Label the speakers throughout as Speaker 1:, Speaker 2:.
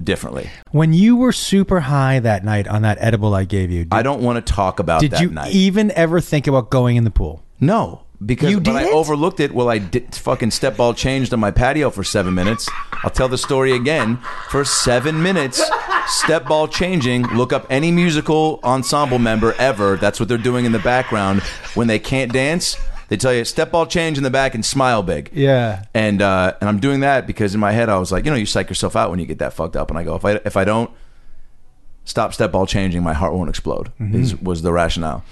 Speaker 1: differently
Speaker 2: When you were super high that night on that edible I gave you, did,
Speaker 1: i don't want to talk about
Speaker 2: did
Speaker 1: that
Speaker 2: you
Speaker 1: night
Speaker 2: even ever think about going in the pool?
Speaker 1: No, because
Speaker 2: You
Speaker 1: but I
Speaker 2: didn't?
Speaker 1: overlooked it. Well, I did fucking step ball changed on my patio for seven minutes. I'll tell the story again for seven minutes. Step ball changing. Look up any musical ensemble member ever. That's what they're doing in the background when they can't dance. They tell you step ball change in the back and smile big.
Speaker 2: Yeah.
Speaker 1: And uh, and I'm doing that because in my head I was like, you know, you psych yourself out when you get that fucked up. And I go, if I if I don't stop step ball changing, my heart won't explode. Is was the rationale.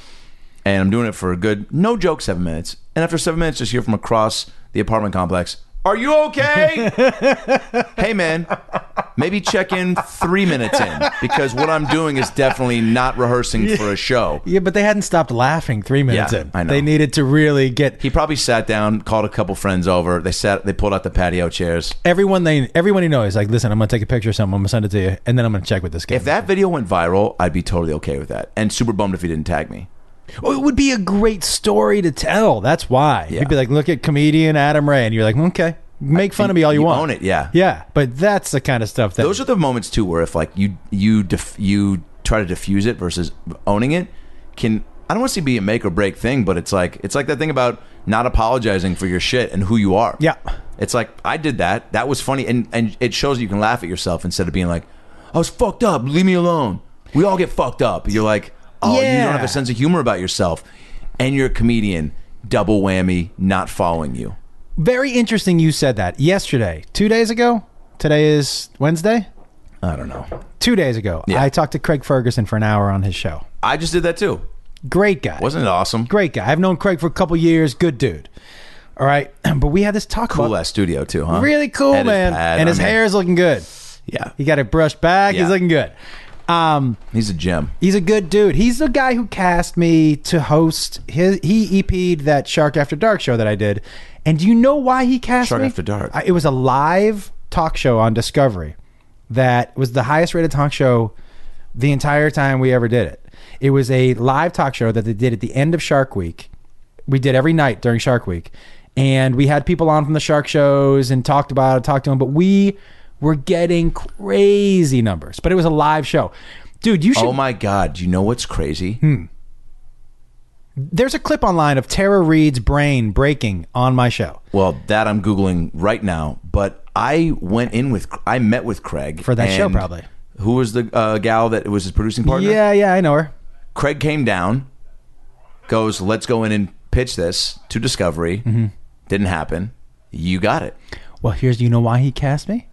Speaker 1: And I'm doing it for a good, no joke, seven minutes. And after seven minutes, just hear from across the apartment complex, "Are you okay? hey man, maybe check in three minutes in because what I'm doing is definitely not rehearsing for a show."
Speaker 2: Yeah, but they hadn't stopped laughing three minutes
Speaker 1: Yeah,
Speaker 2: in.
Speaker 1: I know.
Speaker 2: They needed to really get
Speaker 1: He probably sat down, called a couple friends over. They sat, they pulled out the patio chairs.
Speaker 2: everyone they everyone he knows. Like, listen, I'm gonna take a picture of something. I'm gonna send it to you, and then I'm gonna check with this guy.
Speaker 1: If that video went viral, I'd be totally okay with that. And super bummed if he didn't tag me.
Speaker 2: oh, it would be a great story to tell. That's why
Speaker 1: Yeah.
Speaker 2: you'd be like, look at comedian Adam Ray, and you're like, okay, make fun of me all you,
Speaker 1: you
Speaker 2: want.
Speaker 1: own it, yeah.
Speaker 2: yeah. But that's the kind of stuff that
Speaker 1: Those are the moments too where if like you you def- you try to diffuse it versus owning it can I don't want to see it be a make or break thing, but it's like it's like that thing about not apologizing for your shit and who you are.
Speaker 2: Yeah.
Speaker 1: It's like I did that. That was funny and and it shows you can laugh at yourself instead of being like I was fucked up, leave me alone. We all get fucked up. You're like, "Oh, you
Speaker 2: Yeah.
Speaker 1: don't have a sense of humor about yourself." And you're a comedian, double whammy, not following you.
Speaker 2: very interesting. You said that yesterday, two days ago. Today is Wednesday.
Speaker 1: I don't know.
Speaker 2: Two days ago,
Speaker 1: Yeah.
Speaker 2: I talked to Craig Ferguson for an hour on his show.
Speaker 1: I just did that too.
Speaker 2: Great guy.
Speaker 1: Wasn't it awesome?
Speaker 2: great guy. I've known Craig for a couple years. Good dude. All right, but we had this talk
Speaker 1: Cool
Speaker 2: about
Speaker 1: ass studio too, huh?
Speaker 2: really cool
Speaker 1: Had his
Speaker 2: man,
Speaker 1: pad,
Speaker 2: and
Speaker 1: I
Speaker 2: his
Speaker 1: mean,
Speaker 2: hair is looking good.
Speaker 1: Yeah,
Speaker 2: He got it brushed back.
Speaker 1: Yeah.
Speaker 2: He's looking good. Um,
Speaker 1: he's a gem.
Speaker 2: he's a good dude. He's the guy who cast me to host his. He EP'd that Shark After Dark show that I did. And do you know why he cast
Speaker 1: Shark
Speaker 2: me?
Speaker 1: After Dark.
Speaker 2: I, it was a live talk show on Discovery that was the highest rated talk show the entire time we ever did it. It was a live talk show that they did at the end of Shark Week. We did every night during Shark Week. And we had people on from the shark shows and talked about it, talked to them, but we were getting crazy numbers. But it was a live show. Dude, you should Hmm.
Speaker 1: Oh my god! Do you know what's crazy?
Speaker 2: there's a clip online of Tara Reid's brain breaking on my show.
Speaker 1: Well, that I'm googling right now. But I went in with I met with Craig
Speaker 2: For that show,
Speaker 1: and
Speaker 2: probably.
Speaker 1: Who was the uh, gal that was his producing partner?
Speaker 2: Yeah, yeah, I know her.
Speaker 1: Craig came down, goes, "Let's go in and pitch this to Discovery."
Speaker 2: Mm-hmm.
Speaker 1: Didn't happen. You got it.
Speaker 2: Well, here's do you know why he cast me?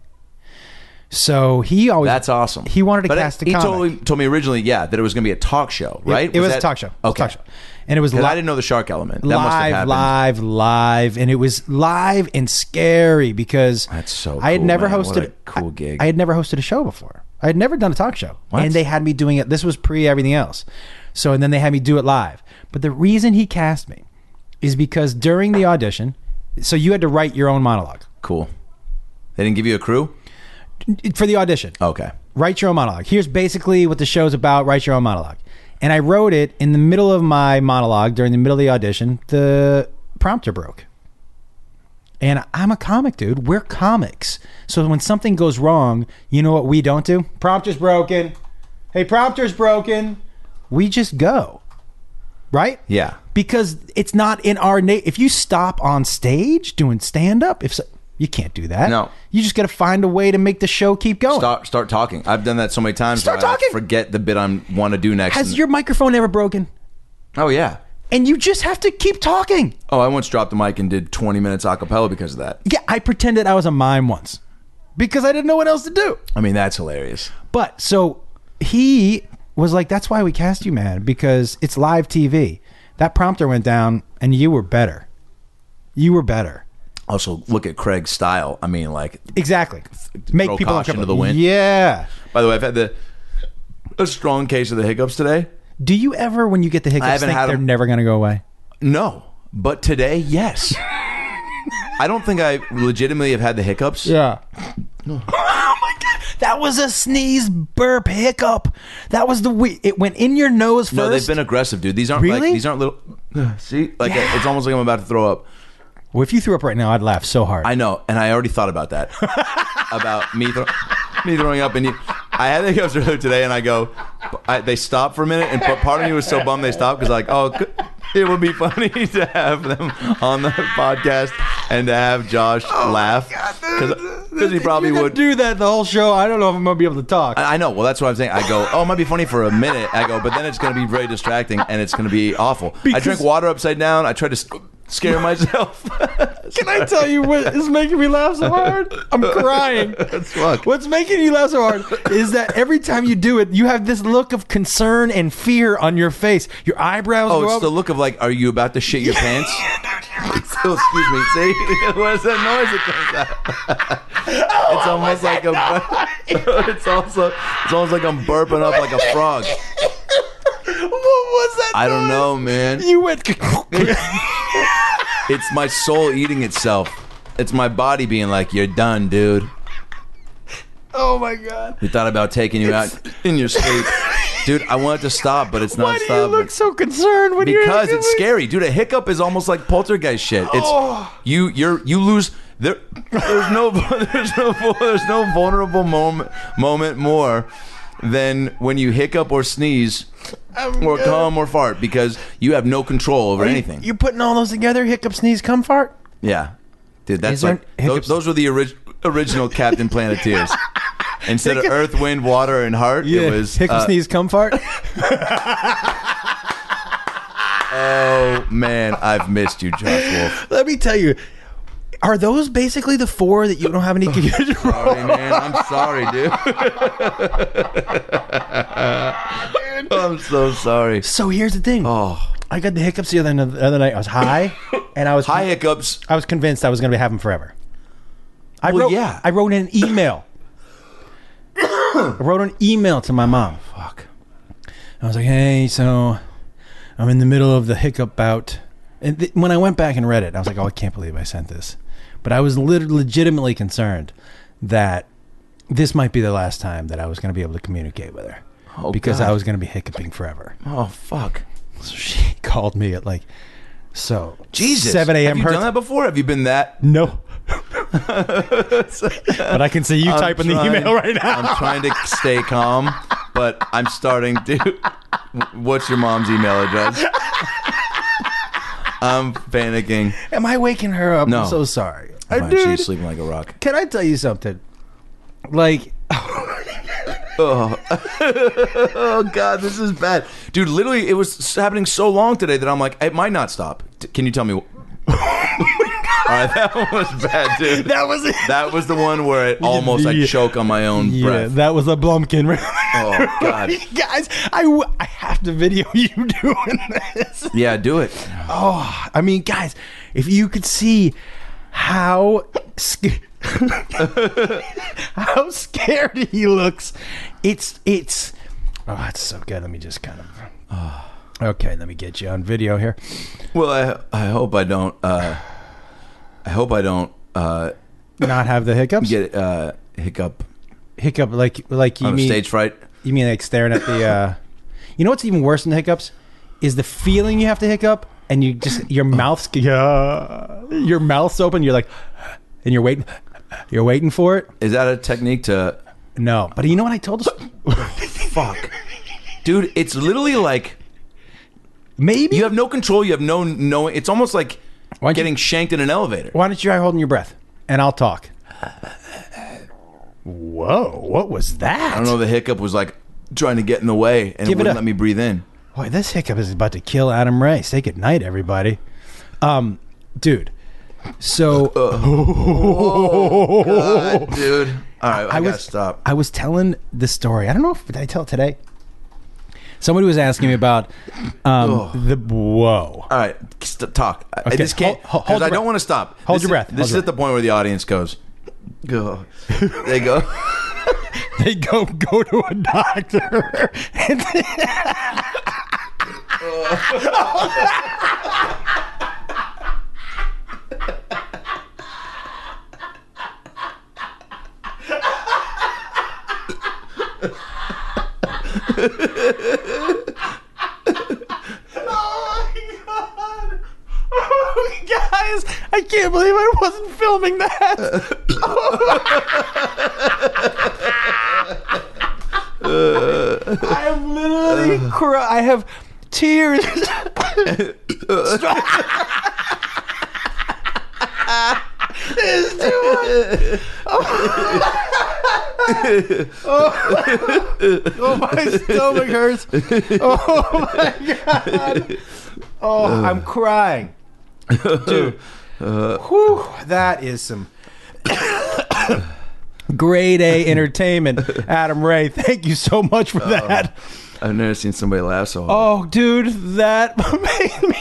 Speaker 2: So he always
Speaker 1: That's awesome.
Speaker 2: He wanted to
Speaker 1: But
Speaker 2: cast a
Speaker 1: He
Speaker 2: comic.
Speaker 1: told me, told me originally, yeah, that it was going to be a talk show,
Speaker 2: It-
Speaker 1: right?
Speaker 2: It, was,
Speaker 1: that-
Speaker 2: a talk show. It was a
Speaker 1: Okay.
Speaker 2: talk show. And it was
Speaker 1: Because I
Speaker 2: live,
Speaker 1: didn't know the shark element. That must have
Speaker 2: live,
Speaker 1: happened.
Speaker 2: live, live, and it was live and scary because
Speaker 1: That's so
Speaker 2: I had
Speaker 1: cool,
Speaker 2: never
Speaker 1: man.
Speaker 2: hosted
Speaker 1: What a cool
Speaker 2: I-
Speaker 1: gig.
Speaker 2: I, had never hosted a show before. I had never done a talk show,
Speaker 1: What?
Speaker 2: and they had me doing it. This was pre everything else. So and then they had me do it live. But the reason he cast me is because during the audition, so you had to write your own monologue
Speaker 1: Cool. They didn't give you a crew?
Speaker 2: for the audition.
Speaker 1: Okay.
Speaker 2: write your own monologue. Here's basically what the show's about. Write your own monologue. And I wrote it in the middle of my monologue during the middle of the audition. The prompter broke. And I'm a comic, dude. We're comics. So when something goes wrong, you know what we don't do? Prompter's broken. Hey, prompter's broken. We just go. Right?
Speaker 1: Yeah.
Speaker 2: because it's not in our na- if you stop on stage doing stand up if so, you can't do that
Speaker 1: No.
Speaker 2: you just got to find a way to make the show keep going
Speaker 1: Start, start talking. I've done that so many times.
Speaker 2: Oh. Start
Speaker 1: that I
Speaker 2: talking.
Speaker 1: Forget the bit I want to do next.
Speaker 2: has
Speaker 1: and-
Speaker 2: your microphone ever broken
Speaker 1: oh, yeah.
Speaker 2: and you just have to keep talking
Speaker 1: Oh, I once dropped the mic and did 20 minutes a cappella because of that.
Speaker 2: yeah i pretended i was a mime once because i didn't know what else to do
Speaker 1: I mean, that's hilarious.
Speaker 2: But so he was like, "That's why we cast you, man, because it's live TV." That prompter went down, and you were better. You were better.
Speaker 1: Also, look at Craig's style. I mean, like,
Speaker 2: Exactly. Make
Speaker 1: Throw
Speaker 2: people
Speaker 1: caution
Speaker 2: uncomfortable.
Speaker 1: to the wind.
Speaker 2: Yeah.
Speaker 1: by the way, I've had the a strong case of the hiccups today.
Speaker 2: Do you ever, when you get the hiccups,
Speaker 1: haven't
Speaker 2: think
Speaker 1: had
Speaker 2: they're
Speaker 1: them.
Speaker 2: never going to go away?
Speaker 1: No, but today, yes. I don't think I legitimately have had the hiccups.
Speaker 2: Yeah. oh my god, that was a sneeze, burp, hiccup. That was the we. It went in your nose first.
Speaker 1: No, they've been aggressive, dude. These aren't
Speaker 2: Really?
Speaker 1: like these aren't little. See, like it's almost like I'm about to throw up.
Speaker 2: well, if you threw up right now, I'd laugh so hard.
Speaker 1: I know, and I already thought about that about me throw, me throwing up. And you, I had the hiccups earlier today, and I go, I, they stopped for a minute, and but part of me was so bummed they stopped because like, oh, c- it would be funny to have them on the podcast and to have Josh
Speaker 2: Oh
Speaker 1: laugh because he probably
Speaker 2: You're gonna
Speaker 1: would.
Speaker 2: do that the whole show. I don't know if I'm gonna be able to talk.
Speaker 1: I I know. Well, that's what I'm saying. I go, oh, it might be funny for a minute. I go, but then it's going to be very distracting and it's going to be awful. I drink
Speaker 2: Because-
Speaker 1: water upside down. I try to s- scare myself.
Speaker 2: Can I tell you what is making me laugh so hard? I'm crying.
Speaker 1: fucked.
Speaker 2: What's making you laugh so hard is that every time you do it, you have this look of concern and fear on your face. Your eyebrows
Speaker 1: Oh,
Speaker 2: go
Speaker 1: it's
Speaker 2: up.
Speaker 1: the look of like, are you about to shit your pants? oh, excuse me. See, what's that noise that comes
Speaker 2: Oh,
Speaker 1: out? it's almost like a. it's also. It's almost like I'm burping up like a frog.
Speaker 2: what was that?
Speaker 1: I don't
Speaker 2: noise?
Speaker 1: know, man.
Speaker 2: You went.
Speaker 1: It's my soul eating itself. It's my body being like, you're done, dude.
Speaker 2: oh my god.
Speaker 1: We thought about taking you out in your sleep. Dude, I want it to stop, but it's not
Speaker 2: Why do you
Speaker 1: stopping.
Speaker 2: look so concerned when you're
Speaker 1: because it's scary. Dude, a hiccup is almost like poltergeist shit. It's
Speaker 2: Oh.
Speaker 1: you you're you lose there there's no there's no there's no vulnerable moment moment more than when you hiccup or sneeze or cum or fart because you have no control over anything.
Speaker 2: You're putting all those together: hiccup, sneeze, cum, fart.
Speaker 1: yeah. Dude, that's
Speaker 2: Is there
Speaker 1: like those,
Speaker 2: hiccups-
Speaker 1: those were the orig- original Captain Planeteers. Instead of earth, wind, water, and heart, it was
Speaker 2: hiccup,
Speaker 1: uh,
Speaker 2: sneeze, cum, fart.
Speaker 1: Oh man, I've missed you, Josh Wolf.
Speaker 2: Let me tell you, are those basically the four that you don't have any control?
Speaker 1: Sorry, man. I'm sorry, dude. I'm so sorry.
Speaker 2: So here's the thing.
Speaker 1: Oh,
Speaker 2: I got the hiccups the other the other night. I was high, and I was
Speaker 1: hi hiccups.
Speaker 2: I was convinced I was going to have them forever. I
Speaker 1: Well,
Speaker 2: wrote,
Speaker 1: yeah.
Speaker 2: I wrote an email. I wrote an email to my mom.
Speaker 1: Fuck.
Speaker 2: I was like, "Hey, so I'm in the middle of the hiccup bout." And th- when I went back and read it, I was like, "Oh, I can't believe I sent this." But I was lit- legitimately concerned that this might be the last time that I was going to be able to communicate with her
Speaker 1: Oh,
Speaker 2: because
Speaker 1: God.
Speaker 2: I was going to be hiccuping forever.
Speaker 1: Oh fuck.
Speaker 2: So she called me at like so
Speaker 1: Jesus.
Speaker 2: 7 a.m.
Speaker 1: Have you
Speaker 2: her
Speaker 1: done that before? Have you been that?
Speaker 2: No. but I can see you
Speaker 1: I'm
Speaker 2: typing the
Speaker 1: trying-
Speaker 2: email right now.
Speaker 1: I'm trying to stay calm, but I'm starting to. What's your mom's email address? I'm panicking.
Speaker 2: Am I waking her up?
Speaker 1: No.
Speaker 2: I'm so sorry.
Speaker 1: Man,
Speaker 2: Dude,
Speaker 1: She's sleeping like a rock.
Speaker 2: can I tell you something? Like
Speaker 1: oh god, this is bad, dude. Literally, it was happening so long today that I'm like, it might not stop. T- Can you tell me? wh- All right, that one was bad, dude. That was it. That was the one where it almost I
Speaker 2: yeah.
Speaker 1: choke on my own
Speaker 2: Yeah,
Speaker 1: breath.
Speaker 2: that was a blumpkin.
Speaker 1: oh god.
Speaker 2: Guys, I, w- I have to video you doing this.
Speaker 1: Yeah, do it.
Speaker 2: Oh, I mean, guys, if you could see how sc- how scared he looks, it's it's oh, it's so good. Let me just kind of
Speaker 1: Ah.
Speaker 2: okay. Let me get you on video here.
Speaker 1: Well, I I hope I don't. Uh, I hope I don't uh,
Speaker 2: Not have the hiccups.
Speaker 1: get uh, hiccup
Speaker 2: Hiccup like like you
Speaker 1: on a
Speaker 2: mean
Speaker 1: stage fright.
Speaker 2: you mean like staring at the. uh You know what's even worse than the hiccups is the feeling you have to hiccup and you just your mouth's yeah, your mouth's open. You're like, and you're waiting, you're waiting for it.
Speaker 1: Is that a technique to?
Speaker 2: No, but you know what I told us?
Speaker 1: Fuck, dude. It's literally like
Speaker 2: Maybe.
Speaker 1: you have no control. You have no knowing. It's almost like
Speaker 2: Why don't you-
Speaker 1: getting shanked in an elevator.
Speaker 2: Why don't you try holding your breath, and I'll talk. Whoa! What was that?
Speaker 1: I don't know. The hiccup was like trying to get in the way, and it
Speaker 2: Give it
Speaker 1: wouldn't
Speaker 2: a-
Speaker 1: let me breathe in.
Speaker 2: Boy, this hiccup is about to kill Adam Ray. Say good night, everybody. Um, dude. So
Speaker 1: Uh, God, dude. All right, I, gotta
Speaker 2: was
Speaker 1: stop.
Speaker 2: I was telling the story. I don't know if did I tell it today. Somebody was asking me about um, the whoa.
Speaker 1: All right, st- talk. I- I
Speaker 2: Okay,
Speaker 1: just can't. 'cause
Speaker 2: hold- hold- hold
Speaker 1: I
Speaker 2: your
Speaker 1: don't
Speaker 2: breath.
Speaker 1: want to stop.
Speaker 2: Hold
Speaker 1: This
Speaker 2: your
Speaker 1: is-
Speaker 2: breath. Hold
Speaker 1: This
Speaker 2: your
Speaker 1: is the point where the audience goes. Go. They go.
Speaker 2: They go go to a doctor. And they- Oh, Guys, I can't believe I wasn't filming that. I'm literally cry. I have tears. Oh. Oh, my stomach hurts. Oh my god. Oh, I'm crying, dude. Whew, that is some grade A entertainment, Adam Ray. Thank you so much for that.
Speaker 1: I've never seen somebody laugh so hard.
Speaker 2: Oh, dude, that made me.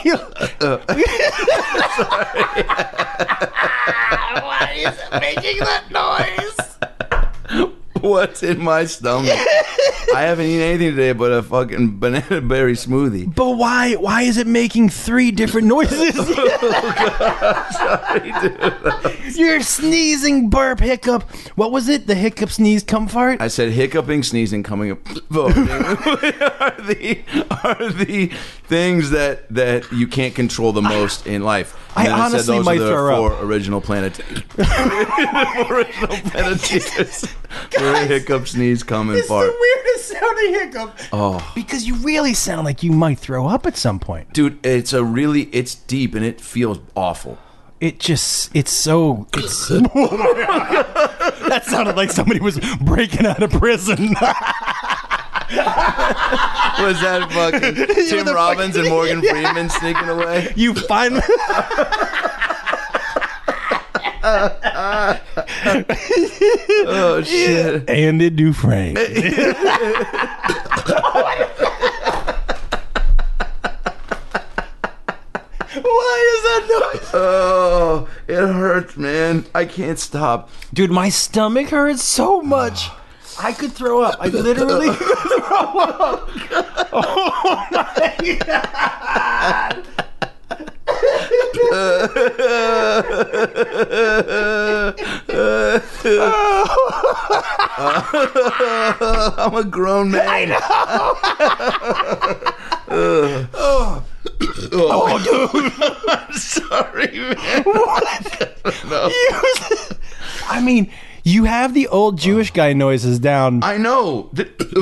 Speaker 3: Why is it making that noise?
Speaker 2: Oh.
Speaker 1: What's in my stomach? I haven't eaten anything today but a fucking banana berry smoothie.
Speaker 2: But why? Why is it making three different noises?
Speaker 1: Oh,
Speaker 2: You're sneezing, burp, hiccup. What was it? The hiccup, sneeze, cum fart.
Speaker 1: I said hiccuping, sneezing, coming up. vomiting are the are the things that that you can't control the most in life.
Speaker 2: I
Speaker 1: then
Speaker 2: honestly
Speaker 1: those
Speaker 2: might
Speaker 1: are the
Speaker 2: throw
Speaker 1: four
Speaker 2: up.
Speaker 1: original planet. original planeteers. Where hiccup, sneeze, come and
Speaker 2: It's
Speaker 1: fart.
Speaker 2: weirdest sounding hiccup. Oh, because you really sound like you might throw up at some point.
Speaker 1: Dude, it's a really it's deep and it feels awful.
Speaker 2: It just—it's so. It's, that sounded like somebody was breaking out of prison.
Speaker 1: Was that fucking Tim
Speaker 2: the
Speaker 1: Robbins
Speaker 2: fucking-
Speaker 1: and Morgan Freeman sneaking away?
Speaker 2: you finally.
Speaker 1: Oh shit.
Speaker 2: Andy Dufresne. Why is that noise?
Speaker 1: Oh, it hurts, man. I can't stop.
Speaker 2: Dude, my stomach hurts so much. I could throw up. I literally could throw
Speaker 1: I'm a grown man. I know. oh. dude. I'm sorry, man.
Speaker 2: up. I mean, you have the old Jewish guy noises down.
Speaker 1: I know. Th- this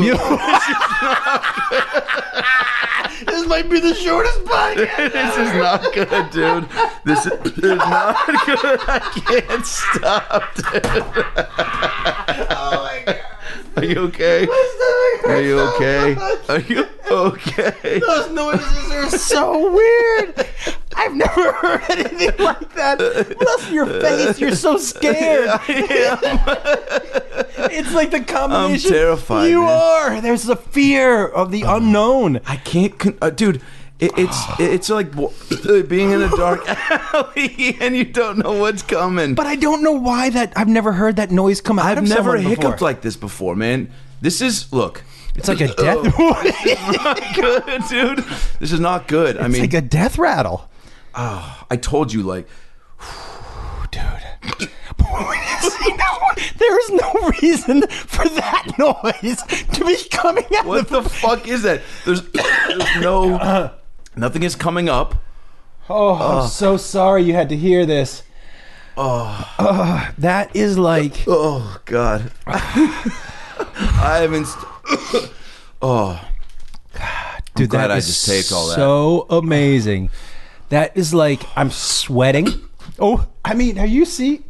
Speaker 1: might be the shortest podcast. this is not good, dude. This is, this is not good. I can't stop, dude. oh my god. I you okay? Are you okay? Are you okay?
Speaker 2: Those noises are so weird. I've never heard anything like that. Plus your face, you're so scared. It's like the combination.
Speaker 1: terrified,
Speaker 2: You
Speaker 1: man. Oh.
Speaker 2: are. There's a fear of the unknown.
Speaker 1: I can't, con- uh, dude. It, it's it's like w- uh, being in a dark alley and you don't know what's coming.
Speaker 2: But I don't know why that. I've never heard that noise come out.
Speaker 1: I've
Speaker 2: of
Speaker 1: never
Speaker 2: someone before.
Speaker 1: hiccuped like this before, man. This is look. Oh.
Speaker 4: It's like a death.
Speaker 1: good, dude. This is not good. I
Speaker 2: It's
Speaker 1: mean,
Speaker 2: like a death rattle.
Speaker 1: I told you, like, Oh,
Speaker 2: dude. You know, there is no reason for that noise to be coming out
Speaker 1: what
Speaker 2: of
Speaker 1: the fuck is that? There's, there's no, nothing is coming up.
Speaker 2: Oh, I'm so sorry you had to hear this. Oh, that is like
Speaker 1: Oh God, I haven't. St- oh,
Speaker 2: dude.
Speaker 1: glad
Speaker 2: that
Speaker 1: I
Speaker 2: is
Speaker 1: just taped all that.
Speaker 2: So amazing. That is like I'm sweating. Oh, I mean, have you see?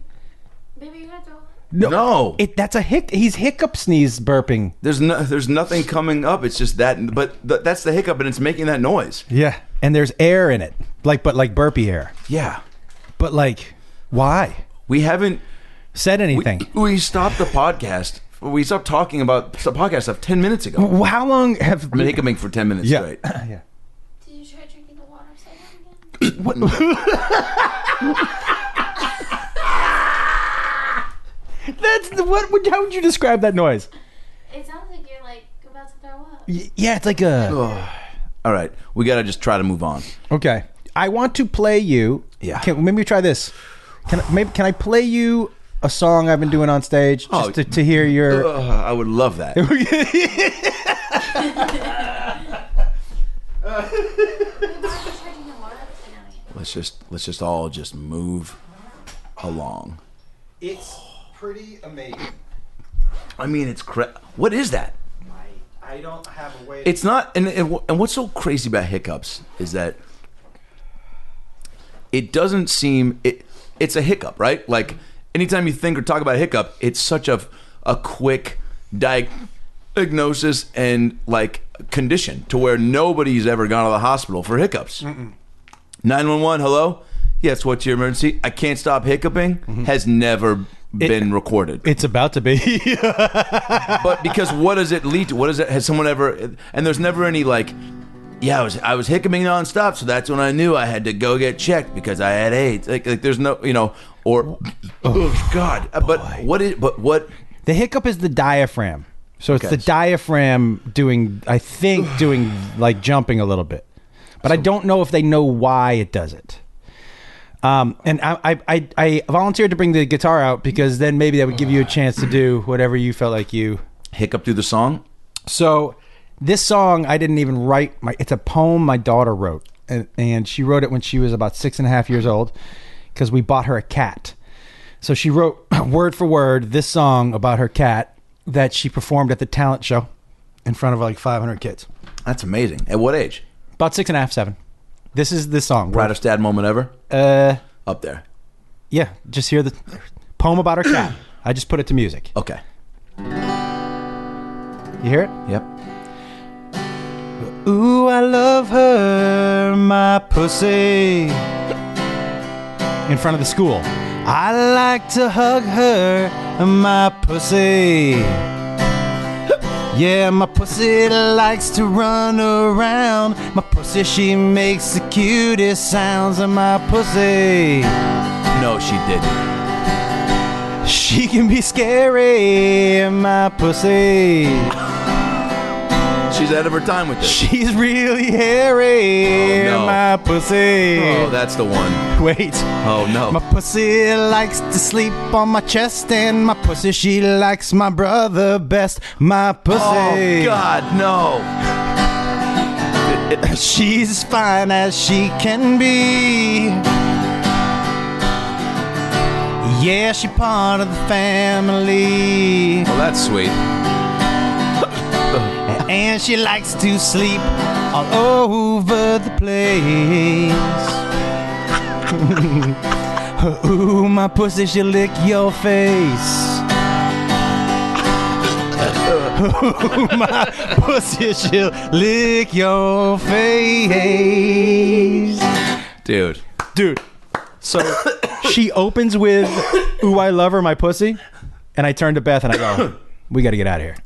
Speaker 5: Baby, you gotta throw up.
Speaker 1: no,
Speaker 2: It that's a hic. He's hiccup sneeze burping.
Speaker 1: there's no, there's nothing coming up. It's just that, but th- that's the hiccup, and it's making that noise.
Speaker 2: Yeah, and there's air in it, like but like burpy air.
Speaker 1: Yeah,
Speaker 2: But like, why
Speaker 1: we haven't.
Speaker 2: said
Speaker 1: We,
Speaker 2: anything?
Speaker 1: we stopped the podcast. We stopped talking about the podcast stuff ten minutes ago.
Speaker 2: Wh- How long have
Speaker 1: I've been hiccuping for ten minutes
Speaker 2: Yeah.
Speaker 1: straight.
Speaker 2: yeah.
Speaker 5: Did you try drinking the water upside down again?
Speaker 2: That's the, what would how would you describe that noise?
Speaker 5: It sounds like you're like about to throw up.
Speaker 2: Y- yeah, it's like a
Speaker 1: All right, we gotta just try to move on.
Speaker 2: okay. I want to play you.
Speaker 1: Yeah.
Speaker 2: Can, maybe try this. Can I, maybe can I play you a song I've been doing on stage just
Speaker 1: Oh.
Speaker 2: to, to hear your?
Speaker 1: Ugh, I would love that.
Speaker 5: Why are you try drinking the water upside down again?
Speaker 1: let's just let's just all just move along.
Speaker 2: It's pretty amazing.
Speaker 1: I mean, it's cra- what is that?
Speaker 2: I don't have a way.
Speaker 1: It's not, and, and wh- and what's so crazy about hiccups is that it doesn't seem it. It's a hiccup, right? Like anytime you think or talk about a hiccup, it's such a a quick diagnosis and like condition to where nobody's ever gone to the hospital for hiccups. Nine one one, hello. Yes, what's your emergency? I can't stop hiccuping. Has never been recorded.
Speaker 2: it's about to be.
Speaker 1: But because what does it lead to? What is it? Has someone ever? And there's never any like, yeah, I was I was hiccuping nonstop, so that's when I knew I had to go get checked because I had AIDS. Like, like there's no, you know, or oh God. Uh, But what is? But what?
Speaker 2: the hiccup is the diaphragm. So it's
Speaker 1: Okay.
Speaker 2: the diaphragm doing. I think doing like jumping a little bit, but I don't know if they know why it does it. Um, and I, I, I, I volunteered to bring the guitar out because then maybe that would give you a chance to do whatever you felt like you.
Speaker 1: Hiccup through the song.
Speaker 2: So this song I didn't even write. My it's a poem my daughter wrote, and, and she wrote it when she was about six and a half years old because we bought her a cat. So she wrote word for word this song about her cat that she performed at the talent show in front of like 500 kids,
Speaker 1: That's amazing. At what age?
Speaker 2: about six and a half, seven. This is the song.
Speaker 1: Proudest dad moment ever.
Speaker 2: Uh,
Speaker 1: Up there.
Speaker 2: yeah, just hear the poem about her cat. I just put it to music.
Speaker 1: Okay.
Speaker 2: You hear it?
Speaker 1: Yep.
Speaker 2: Ooh, I love her, my pussy. In front of the school. I like to hug her, my pussy. Yeah, my pussy likes to run around. My pussy, she makes the cutest sounds of my pussy.
Speaker 1: No, she didn't.
Speaker 2: She can be scary, my pussy.
Speaker 1: She's out of her time with this.
Speaker 2: She's really hairy,
Speaker 1: Oh, no.
Speaker 2: my pussy.
Speaker 1: Oh, that's the one.
Speaker 2: Wait.
Speaker 1: Oh
Speaker 2: My
Speaker 1: no.
Speaker 2: pussy likes to sleep on my chest, and my pussy, she likes my brother best. My pussy.
Speaker 1: Oh God, no.
Speaker 2: She's fine as she can be. Yeah, she part of the family.
Speaker 1: Well, that's sweet.
Speaker 2: And she likes to sleep all over the place. Ooh, my pussy, she lick your face. my pussy she'll lick your face.
Speaker 1: Dude.
Speaker 2: Dude, so she opens with, Ooh, I love her, my pussy. And I turn to Beth and I go, We got to get out of here.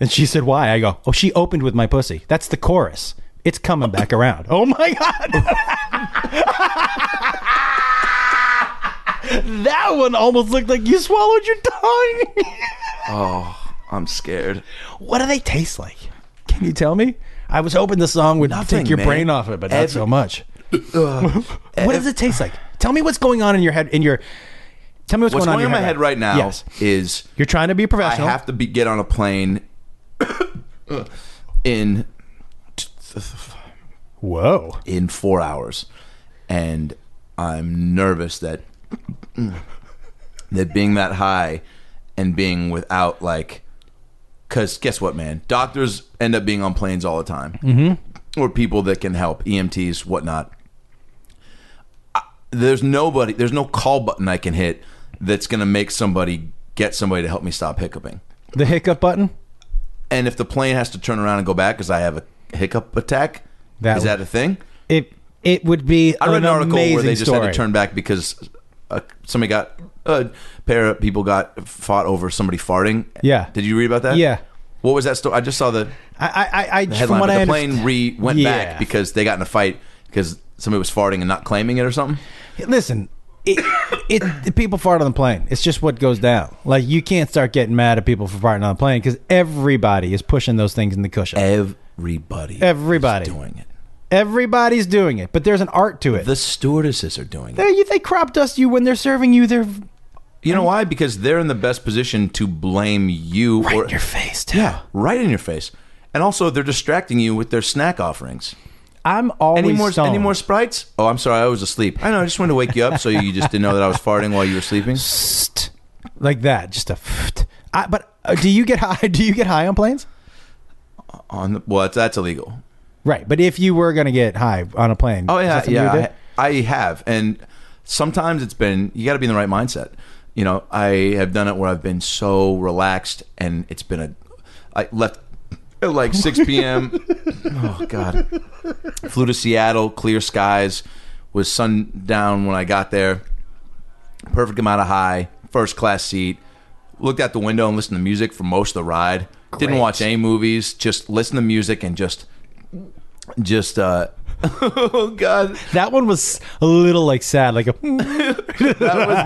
Speaker 2: And she said, Why? I go, Oh, she opened with my pussy. That's the chorus. It's coming back around. Oh my God. that one almost looked like you swallowed your tongue.
Speaker 1: Oh, I'm scared.
Speaker 2: what do they taste like? Can you tell me? I was hoping the song would
Speaker 1: Nothing,
Speaker 2: take your
Speaker 1: man.
Speaker 2: brain off it, but not so
Speaker 1: Every-
Speaker 2: much. what does it taste like? Tell me what's going on in your head. In your, tell me what's,
Speaker 1: What's
Speaker 2: going,
Speaker 1: going on in
Speaker 2: on
Speaker 1: my head right now
Speaker 2: Yes,
Speaker 1: is
Speaker 2: you're trying to be a
Speaker 1: I
Speaker 2: professional.
Speaker 1: have to be, get on a plane in
Speaker 2: Whoa,
Speaker 1: in four hours, and I'm nervous that that being that high and being without like, because guess what, man? Doctors end up being on planes all the time, mm-hmm. or people that can help, EMTs, whatnot. I- There's nobody. There's no call button I can hit that's gonna make somebody get somebody to help me stop hiccuping.
Speaker 2: the hiccup button.
Speaker 1: And if the plane has to turn around and go back because I have a hiccup attack,
Speaker 2: That-
Speaker 1: is that a thing?
Speaker 2: It it would be.
Speaker 1: I read an article
Speaker 2: amazing
Speaker 1: where they just
Speaker 2: story.
Speaker 1: had to turn back because uh, somebody got a pair of people got fought over somebody farting.
Speaker 2: Yeah.
Speaker 1: Did you read about that?
Speaker 2: Yeah.
Speaker 1: What was that story? I just saw the
Speaker 2: I I, I- I
Speaker 1: the
Speaker 2: from
Speaker 1: headline.
Speaker 2: what
Speaker 1: But
Speaker 2: I
Speaker 1: the
Speaker 2: understand-
Speaker 1: plane re went
Speaker 2: Yeah.
Speaker 1: back because they got in a fight because somebody was farting and not claiming it or something.
Speaker 2: Listen, it, it, people fart on the plane. It's just what goes down. Like you can't start getting mad at people for farting on the plane because everybody is pushing those things in the cushion.
Speaker 1: Eh. Everybody. is
Speaker 2: Everybody.
Speaker 1: doing it.
Speaker 2: Everybody's doing it, but there's an art to it.
Speaker 1: The stewardesses are doing it.
Speaker 2: they, they crop dust you when they're serving you their
Speaker 1: You know why? Because they're in the best position to blame you or
Speaker 2: face.
Speaker 1: yeah, right in your face. And also, they're distracting you with their snack offerings.
Speaker 2: I'm always
Speaker 1: Any more?
Speaker 2: stoned.
Speaker 1: Any more sprites? Oh, I'm sorry, I was asleep. I know. I just wanted to wake you up so you just didn't know that I was farting while you were sleeping.
Speaker 2: Psst. like that. Just a. pfft. I, but uh, do you get high? Do you get high on planes?
Speaker 1: On the, well, that's, that's illegal.
Speaker 2: Right, but if you were gonna get high on a plane,
Speaker 1: Oh
Speaker 2: is that
Speaker 1: yeah,
Speaker 2: something you
Speaker 1: yeah.
Speaker 2: did?
Speaker 1: I, I have, and sometimes it's been you got to be in the right mindset. You know, I have done it where I've been so relaxed, and it's been a. I left at like 6 p.m. oh God, flew to Seattle, clear skies, was sundown when I got there. Perfect amount of high, first class seat. Looked out the window and listened to music for most of the ride. Didn't watch any movies, just listen to music and just, just uh, oh God,
Speaker 2: That one was a little like sad, like a.
Speaker 1: that was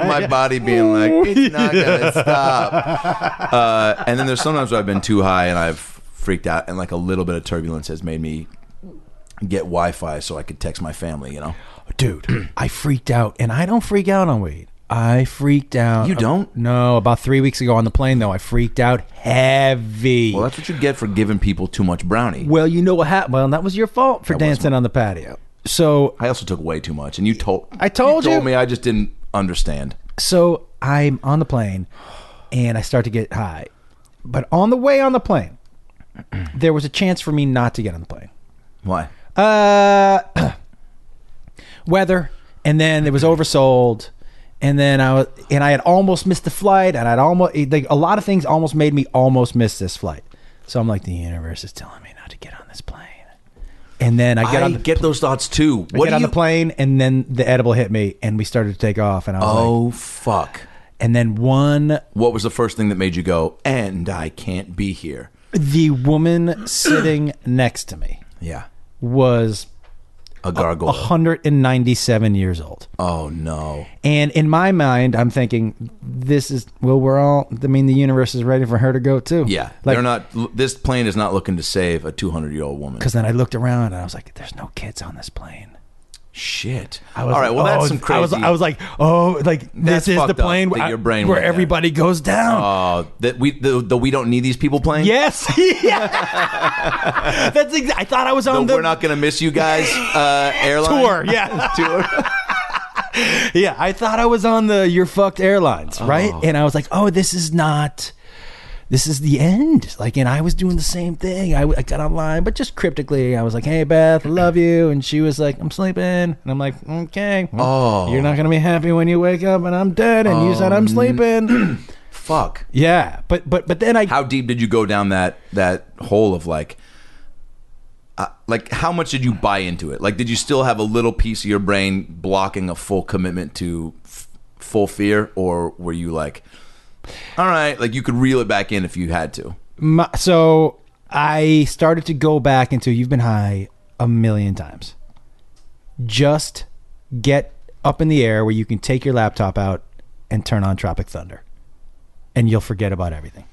Speaker 1: my body being like, it's not gonna stop. Uh, and then there's sometimes where I've been too high and I've freaked out, and like a little bit of turbulence has made me get Wi-Fi so I could text my family. You know,
Speaker 2: dude, I freaked out, and I don't freak out on weed. I freaked out.
Speaker 1: You don't?
Speaker 2: no, about three weeks ago on the plane, though, I freaked out heavy.
Speaker 1: well, that's what you get for giving people too much brownie.
Speaker 2: Well, you know what happened. Well, that was your fault for dancing on the patio. So,
Speaker 1: I also took way too much, and you told
Speaker 2: I told
Speaker 1: you told
Speaker 2: you.
Speaker 1: me I just didn't understand.
Speaker 2: so I'm on the plane, and I start to get high. But on the way on the plane, there was a chance for me not to get on the plane.
Speaker 1: Why?
Speaker 2: Uh, weather, and then it was oversold, and then I was, and I had almost missed the flight, and I'd almost like a lot of things almost made me almost miss this flight. So I'm like, the universe is telling me not to get on this plane. And then I
Speaker 1: I
Speaker 2: get
Speaker 1: get,
Speaker 2: on the
Speaker 1: those thoughts too.
Speaker 2: I
Speaker 1: what
Speaker 2: get
Speaker 1: do
Speaker 2: on
Speaker 1: you?
Speaker 2: the plane, and then the edible hit me, and we started to take off, and I was like,
Speaker 1: Oh fuck!
Speaker 2: and then one,
Speaker 1: What was the first thing that made you go? And I can't be here.
Speaker 2: the woman sitting next to me
Speaker 1: Yeah,
Speaker 2: was
Speaker 1: a gargoyle.
Speaker 2: 197 years old.
Speaker 1: oh no!
Speaker 2: And in my mind, I'm thinking, this is well, we're all. I mean, the universe is ready for her to go too.
Speaker 1: Yeah,
Speaker 2: like
Speaker 1: they're not. This plane is not looking to save a 200 year old woman.
Speaker 2: Because then I looked around and I was like, there's no kids on this plane.
Speaker 1: Shit.
Speaker 2: I was
Speaker 1: All right.
Speaker 2: like,
Speaker 1: Well,
Speaker 2: oh,
Speaker 1: that's some crazy.
Speaker 2: I was, I was like, oh, like
Speaker 1: That's
Speaker 2: this is the
Speaker 1: fucked up
Speaker 2: plane
Speaker 1: that
Speaker 2: where,
Speaker 1: your brain
Speaker 2: where
Speaker 1: went there.
Speaker 2: everybody goes down.
Speaker 1: Oh, that we the, the we don't need these people plane.
Speaker 2: yes, yeah. That's. Exa- I thought I was
Speaker 1: The,
Speaker 2: on um, the,
Speaker 1: we're not gonna miss you guys. Uh, airline
Speaker 2: tour. Yeah,
Speaker 1: Tour.
Speaker 2: yeah. I thought I was on the you're fucked airlines, right? And I was like, oh, this is not. this is the end. Like, and I was doing the same thing. I, I got online, but just cryptically, I was like, "Hey, Beth, I love you," and she was like, "I'm sleeping," and I'm like, "Okay, well,
Speaker 1: Oh.
Speaker 2: you're not gonna be happy when you wake up and I'm dead, and you said I'm sleeping."
Speaker 1: fuck.
Speaker 4: Yeah, but but but then I
Speaker 1: How deep did you go down that that hole of like, uh, like how much did you buy into it? Like, did you still have a little piece of your brain blocking a full commitment to f- full fear, or were you like, all right, like you could reel it back in if you had to?
Speaker 2: My, so I started to go back into you've been high a million times. Just get up in the air where you can take your laptop out and turn on Tropic Thunder, and you'll forget about everything.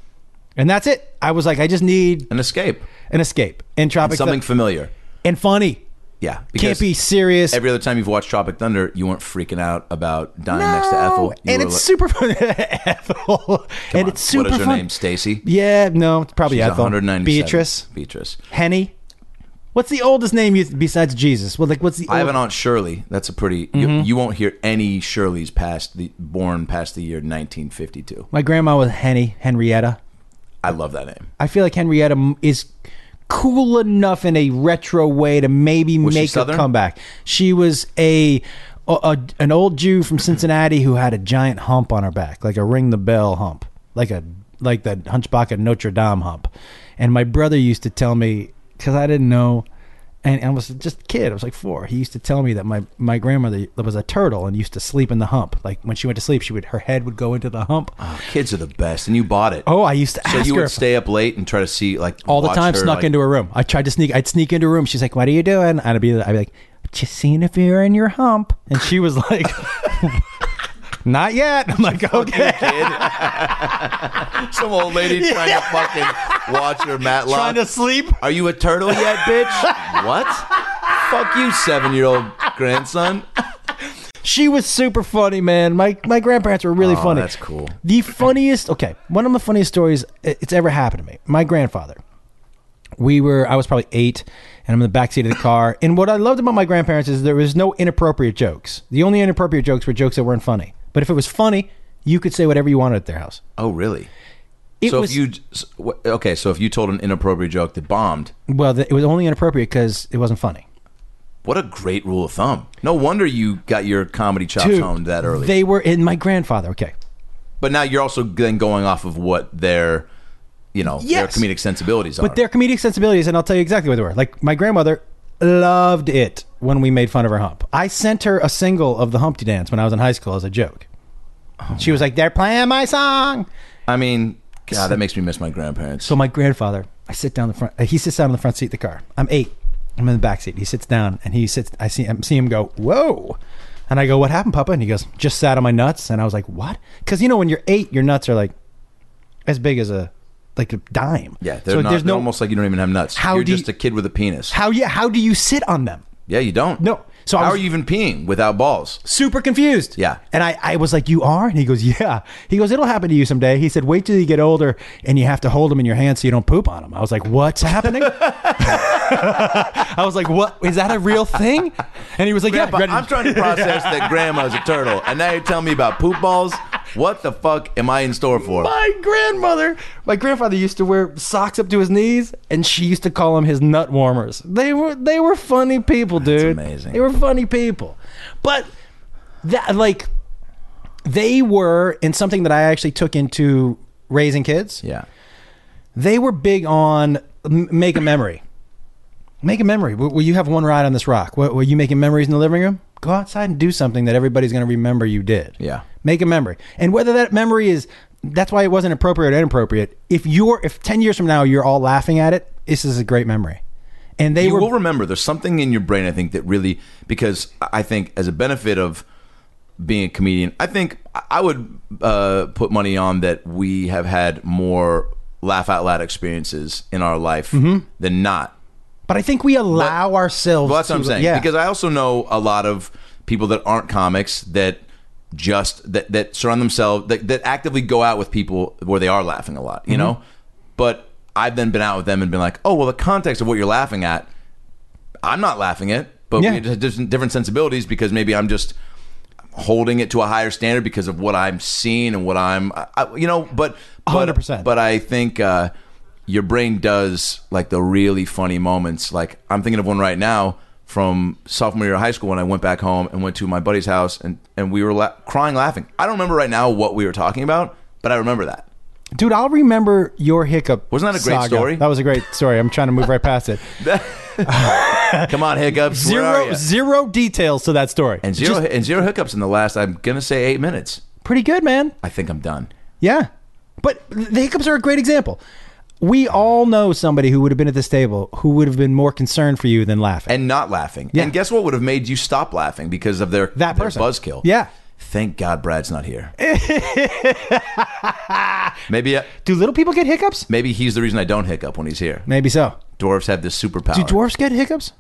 Speaker 2: And that's it. I was like, I just need
Speaker 1: An escape,
Speaker 2: an escape and Tropic
Speaker 1: something
Speaker 2: Thun-
Speaker 1: familiar.
Speaker 2: and funny.
Speaker 1: Yeah,
Speaker 2: Can't
Speaker 1: because
Speaker 2: be serious.
Speaker 1: Every other time you've watched Tropic Thunder, you weren't freaking out about dying next to Ethel. You
Speaker 2: and
Speaker 1: were
Speaker 2: it's
Speaker 1: like,
Speaker 2: super fun. Ethel.
Speaker 1: "Come
Speaker 2: and
Speaker 1: on,
Speaker 2: it's super
Speaker 1: What is her
Speaker 2: fun.
Speaker 1: name? Stacy.
Speaker 2: Yeah, no, it's probably
Speaker 1: She's
Speaker 2: Ethel.
Speaker 1: 197.
Speaker 2: Beatrice.
Speaker 1: Beatrice.
Speaker 2: Henny. What's the oldest name you besides Jesus? Well, like what's the
Speaker 1: I have an
Speaker 2: old-
Speaker 1: aunt Shirley. That's a pretty. You,
Speaker 2: Mm-hmm.
Speaker 1: you won't hear any Shirleys past the born past the year 1952.
Speaker 2: My grandma was Henny Henrietta.
Speaker 1: I love that name.
Speaker 2: I feel like Henrietta m- is cool enough in a retro way to maybe
Speaker 1: she
Speaker 2: make a
Speaker 1: Southern?
Speaker 2: comeback. She was a, a- a- an old Jew from Cincinnati who had a giant hump on her back, like a ring the bell hump, like a like the Hunchback of Notre Dame hump. And my brother used to tell me because I didn't know. And I was just a kid. I was like four. He used to tell me that my, my grandmother was a turtle and used to sleep in the hump. Like when she went to sleep, she would her head would go into the hump.
Speaker 1: Kids are the best, and you bought it.
Speaker 2: Oh, I used to
Speaker 1: Ah. so
Speaker 2: ask
Speaker 1: you
Speaker 2: her
Speaker 1: would
Speaker 2: if-
Speaker 1: stay up late and try to see like
Speaker 2: all the
Speaker 1: watch
Speaker 2: time
Speaker 1: her,
Speaker 2: snuck
Speaker 1: like-
Speaker 2: into her room. I tried to sneak. I'd sneak into her room. She's like, "What are you doing?" I'd be, I'd be like, "Just seeing if you're in your hump." And she was like, "Not yet." I'm like, "Okay."
Speaker 1: some old lady trying to fucking watch her Matlock.
Speaker 2: Trying to sleep.
Speaker 1: Are you a turtle yet, bitch? what? Fuck you, seven year old grandson.
Speaker 2: She was super funny, man. My my grandparents were really
Speaker 1: Oh,
Speaker 2: funny.
Speaker 1: that's cool.
Speaker 2: The funniest. Okay, one of the funniest stories i- it's ever happened to me. My grandfather. We were. I was probably eight, and I'm in the backseat of the car. And what I loved about my grandparents is there was no inappropriate jokes. The only inappropriate jokes were jokes that weren't funny. But if it was funny, you could say whatever you wanted at their house.
Speaker 1: Oh, really?
Speaker 2: It
Speaker 1: so
Speaker 2: was
Speaker 1: if you s- wh- okay, so if you told an inappropriate joke that bombed,
Speaker 2: well, th- it was only inappropriate because it wasn't funny.
Speaker 1: what a great rule of thumb. No wonder you got your comedy chops
Speaker 2: Dude,
Speaker 1: honed that early.
Speaker 2: They were in my grandfather. Okay,
Speaker 1: but now you're also then going off of what their, you know,
Speaker 2: Yes.
Speaker 1: their comedic sensibilities are.
Speaker 2: but their comedic sensibilities, and I'll tell you exactly what they were. Like my grandmother loved it when we made fun of her hump. I sent her a single of the Humpty Dance when I was in high school as a joke. she was like, "They're playing my song."
Speaker 1: I mean, God, that makes me miss my grandparents.
Speaker 2: So my grandfather, I sit down the front. uh, He sits down in the front seat of the car. I'm eight. I'm in the back seat. He sits down and he sits. I see. I see him go. Whoa. And I go, "What happened, Papa?" And he goes, "Just sat on my nuts." And I was like, "What?" Because you know, when you're eight, your nuts are like as big as a like a dime.
Speaker 1: yeah, they're not, they're almost like you don't even have nuts.
Speaker 2: How
Speaker 1: you're
Speaker 2: do you-
Speaker 1: just a kid with a penis.
Speaker 2: how you how do you sit on them?
Speaker 1: yeah, you don't.
Speaker 2: No. So I
Speaker 1: how
Speaker 2: was-
Speaker 1: are you even peeing without balls?
Speaker 2: Super confused.
Speaker 1: Yeah.
Speaker 2: And I, I was like, You are? And he goes, Yeah. He goes, It'll happen to you someday. He said, Wait till you get older and you have to hold them in your hand so you don't poop on them. I was like, What's happening? I was like, What? Is that a real thing? And he was like,
Speaker 1: Grandpa,
Speaker 2: Yeah.
Speaker 1: I'm trying to process that grandma's a turtle, and now you're telling me about poop balls. What the fuck am I in store for?
Speaker 2: my grandmother, my grandfather used to wear socks up to his knees, and she used to call them his nut warmers. They were they were funny people, dude.
Speaker 1: amazing.
Speaker 2: They were funny people, but that like they were in something that I actually took into raising kids.
Speaker 1: Yeah.
Speaker 2: They were big on m- make a memory. Make a memory. Will will you have one ride on this rock? Were were you making memories in the living room? Go outside and do something that everybody's going to remember you did.
Speaker 1: Yeah.
Speaker 2: Make a memory. And whether that memory is that's why it wasn't appropriate or inappropriate. If you're if 10 years from now you're all laughing at it, this is a great memory. And they
Speaker 1: you
Speaker 2: were
Speaker 1: will remember there's something in your brain i think that really because i think as a benefit of being a comedian i think i would uh, put money on that we have had more laugh out loud experiences in our life
Speaker 2: Mm-hmm.
Speaker 1: than not
Speaker 2: but I think we allow ourselves
Speaker 1: well that's what i'm
Speaker 2: to-
Speaker 1: saying
Speaker 2: Yeah.
Speaker 1: because i also know a lot of people that aren't comics that just that that surround themselves that, that actively go out with people where they are laughing a lot you
Speaker 2: Mm-hmm.
Speaker 1: know but i've then been out with them and been like oh well the context of what you're laughing at i'm not laughing at but
Speaker 2: Yeah.
Speaker 1: we just have different- different sensibilities because maybe i'm just holding it to a higher standard because of what i'm seeing and what i'm I, I- you know but but
Speaker 2: 100%.
Speaker 1: but i think uh your brain does like the really funny moments. Like I'm thinking of one right now from sophomore year of high school when I went back home and went to my buddy's house and and we were la- crying laughing. I don't remember right now what we were talking about, but I remember that.
Speaker 2: Dude, I'll remember your hiccup.
Speaker 1: Wasn't that a great
Speaker 2: saga.
Speaker 1: story?
Speaker 2: That was a great story. I'm trying to move right past it.
Speaker 1: Come on, hiccups. where are
Speaker 2: Zero
Speaker 1: ya?
Speaker 2: zero details to that story.
Speaker 1: and zero and zero hiccups in the last. I'm gonna say eight minutes.
Speaker 2: Pretty good, man.
Speaker 1: I think I'm done.
Speaker 2: Yeah. But the hiccups are a great example. We all know somebody who would have been at this table who would have been more concerned for you than laughing.
Speaker 1: And not laughing.
Speaker 2: Yeah.
Speaker 1: And guess what would have made you stop laughing because of their
Speaker 2: That
Speaker 1: their
Speaker 2: person.
Speaker 1: buzzkill?
Speaker 2: Yeah.
Speaker 1: Thank God Brad's not here. maybe uh,
Speaker 2: Do little people get hiccups?
Speaker 1: maybe he's the reason I don't hiccup when he's here.
Speaker 2: Maybe so.
Speaker 1: Dwarves have this superpower.
Speaker 2: Do dwarfs get hiccups?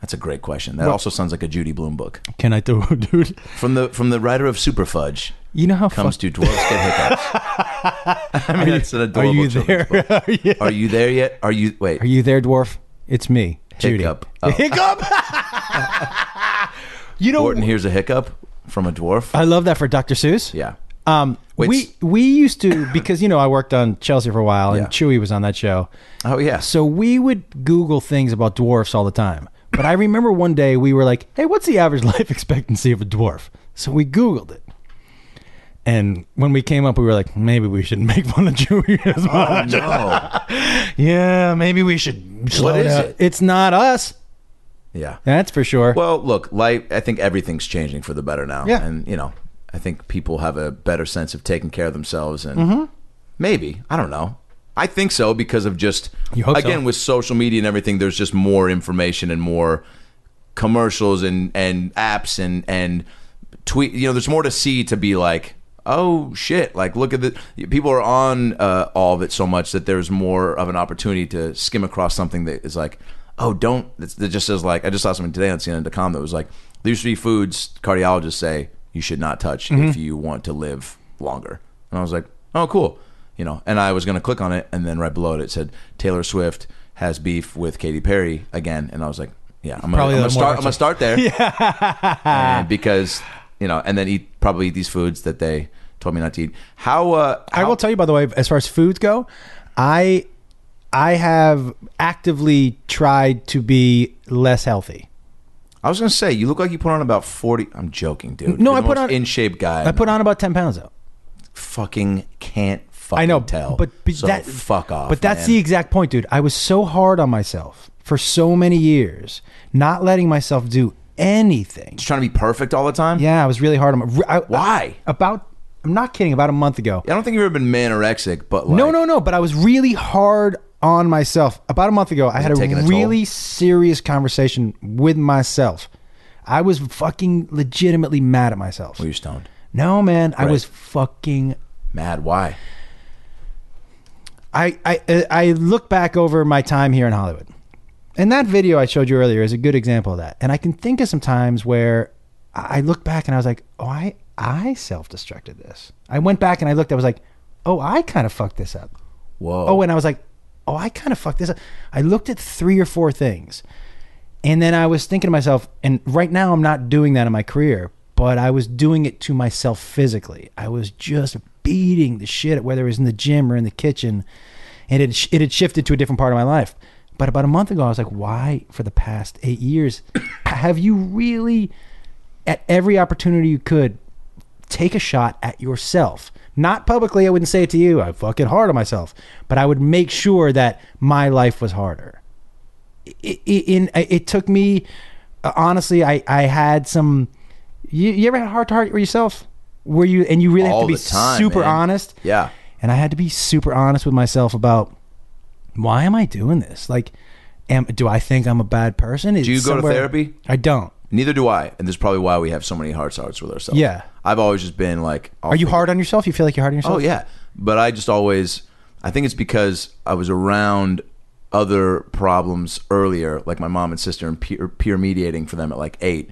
Speaker 1: That's a great question. That also sounds like a Judy Bloom book
Speaker 2: Can I do dude?
Speaker 1: from the from the writer of Super Fudge.
Speaker 2: You know how
Speaker 1: Comes
Speaker 2: fuck-
Speaker 1: to dwarves get hiccups. I mean, that's an
Speaker 2: Are
Speaker 1: adorable.
Speaker 2: you
Speaker 1: children's
Speaker 2: there?
Speaker 1: book.
Speaker 2: are, you,
Speaker 1: Are you there yet? Are you wait?
Speaker 2: are you there, dwarf? It's me, Judy.
Speaker 1: Hiccup. Oh.
Speaker 2: Hiccup. you know,
Speaker 1: Orton hears a hiccup from a dwarf.
Speaker 2: I love that for Dr. Seuss.
Speaker 1: yeah.
Speaker 2: Um,
Speaker 1: Wait,
Speaker 2: we
Speaker 1: s-
Speaker 2: we used to because you know I worked on Chelsea for a while and
Speaker 1: Yeah.
Speaker 2: Chewy was on that show.
Speaker 1: Oh yeah.
Speaker 2: So we would Google things about dwarfs all the time. But I remember one day we were like, hey, what's the average life expectancy of a dwarf? So we Googled it. And when we came up, we were like, maybe we shouldn't make fun of Chewy as much.
Speaker 1: Oh, no.
Speaker 2: Yeah, maybe we should. Slow
Speaker 1: is
Speaker 2: down.
Speaker 1: it?
Speaker 2: It's not us.
Speaker 1: Yeah.
Speaker 2: That's for sure.
Speaker 1: Well, look, life. I think everything's changing for the better now.
Speaker 2: Yeah.
Speaker 1: And you know, I think people have a better sense of taking care of themselves, and
Speaker 2: Mm-hmm.
Speaker 1: maybe I don't know. I think so because of just
Speaker 2: You hope so.
Speaker 1: again with social media and everything. There's just more information and more commercials and and apps and and tweet. You know, there's more to see to be like. Oh shit! Like, look at the people are on uh, all of it so much that there's more of an opportunity to skim across something that is like, oh, don't. It's, that just says like, I just saw something today on CNN.com that was like, these three foods cardiologists say you should not touch if you want to live longer. And I was like, oh, cool. You know, and I was going to click on it. And then right below it, it said Taylor Swift has beef with Katy Perry again. And I was like, yeah, I'm
Speaker 2: Probably
Speaker 1: going
Speaker 2: a
Speaker 1: to
Speaker 2: little more
Speaker 1: start, I'm gonna start there. yeah. because, you know, and then eat, probably eat these foods that they told me not to eat. How, uh,
Speaker 2: I will tell you, by the way, as far as foods go, I I have actively tried to be less healthy.
Speaker 1: I was going to say, you look like you put on about 40. I'm joking, dude.
Speaker 2: No,
Speaker 1: You're
Speaker 2: I
Speaker 1: the
Speaker 2: put
Speaker 1: most
Speaker 2: on-
Speaker 1: in shape guy.
Speaker 2: I put on about ten pounds though.
Speaker 1: fucking can't fucking
Speaker 2: I know,
Speaker 1: tell.
Speaker 2: but, but
Speaker 1: so
Speaker 2: that
Speaker 1: fuck off.
Speaker 2: But that's
Speaker 1: man.
Speaker 2: the exact point, dude. I was so hard on myself for so many years, not letting myself do anything.
Speaker 1: Just trying to be perfect all the time.
Speaker 2: Yeah, I was really hard on. My, I,
Speaker 1: Why?
Speaker 2: About I'm not kidding. About a month ago.
Speaker 1: I don't think you've ever been manorexic, but like,
Speaker 2: No, no, no. But I was really hard on myself. About a month ago, I had a
Speaker 1: taking a toll?
Speaker 2: really serious conversation with myself. I was fucking legitimately mad at myself.
Speaker 1: Well, you're stoned.
Speaker 2: No, man, I
Speaker 1: Right.
Speaker 2: was fucking.
Speaker 1: Mad? Why?
Speaker 2: I, I I look back over my time here in Hollywood, and that video I showed you earlier is a good example of that. And I can think of some times where I I look back and I was like, oh, I I self-destructed this. I went back and I looked. I was like, oh, I kind of fucked this up.
Speaker 1: Whoa.
Speaker 2: oh, and I was like, oh, I kind of fucked this up. I looked at three or four things. And then I was thinking to myself, and right now I'm not doing that in my career, but I was doing it to myself physically. I was just beating the shit, whether it was in the gym or in the kitchen. And it, sh- it had shifted to a different part of my life. But about a month ago, I was like, why for the past eight years have you really, at every opportunity you could, take a shot at yourself. Not publicly, I wouldn't say it to you. I fucking hard on myself, but I would make sure that my life was harder. It, it, in, it took me, uh, honestly, I, I had some. You, you ever had heart to heart with yourself? Where you and you really have
Speaker 1: All
Speaker 2: to be
Speaker 1: the time,
Speaker 2: super
Speaker 1: man.
Speaker 2: honest.
Speaker 1: Yeah.
Speaker 2: And I had to be super honest with myself about why am I doing this? Like, am do I think I'm a bad person?
Speaker 1: Do you go to therapy?
Speaker 2: I don't.
Speaker 1: Neither do I, and that's probably why we have so many heart starts with ourselves.
Speaker 2: Yeah.
Speaker 1: I've always just been like, I'll
Speaker 2: Are you
Speaker 1: figure-
Speaker 2: hard on yourself? You feel like you're hard on yourself?
Speaker 1: Oh yeah, but I just always, I think it's because I was around other problems earlier, like my mom and sister, and peer, peer mediating for them at like eight.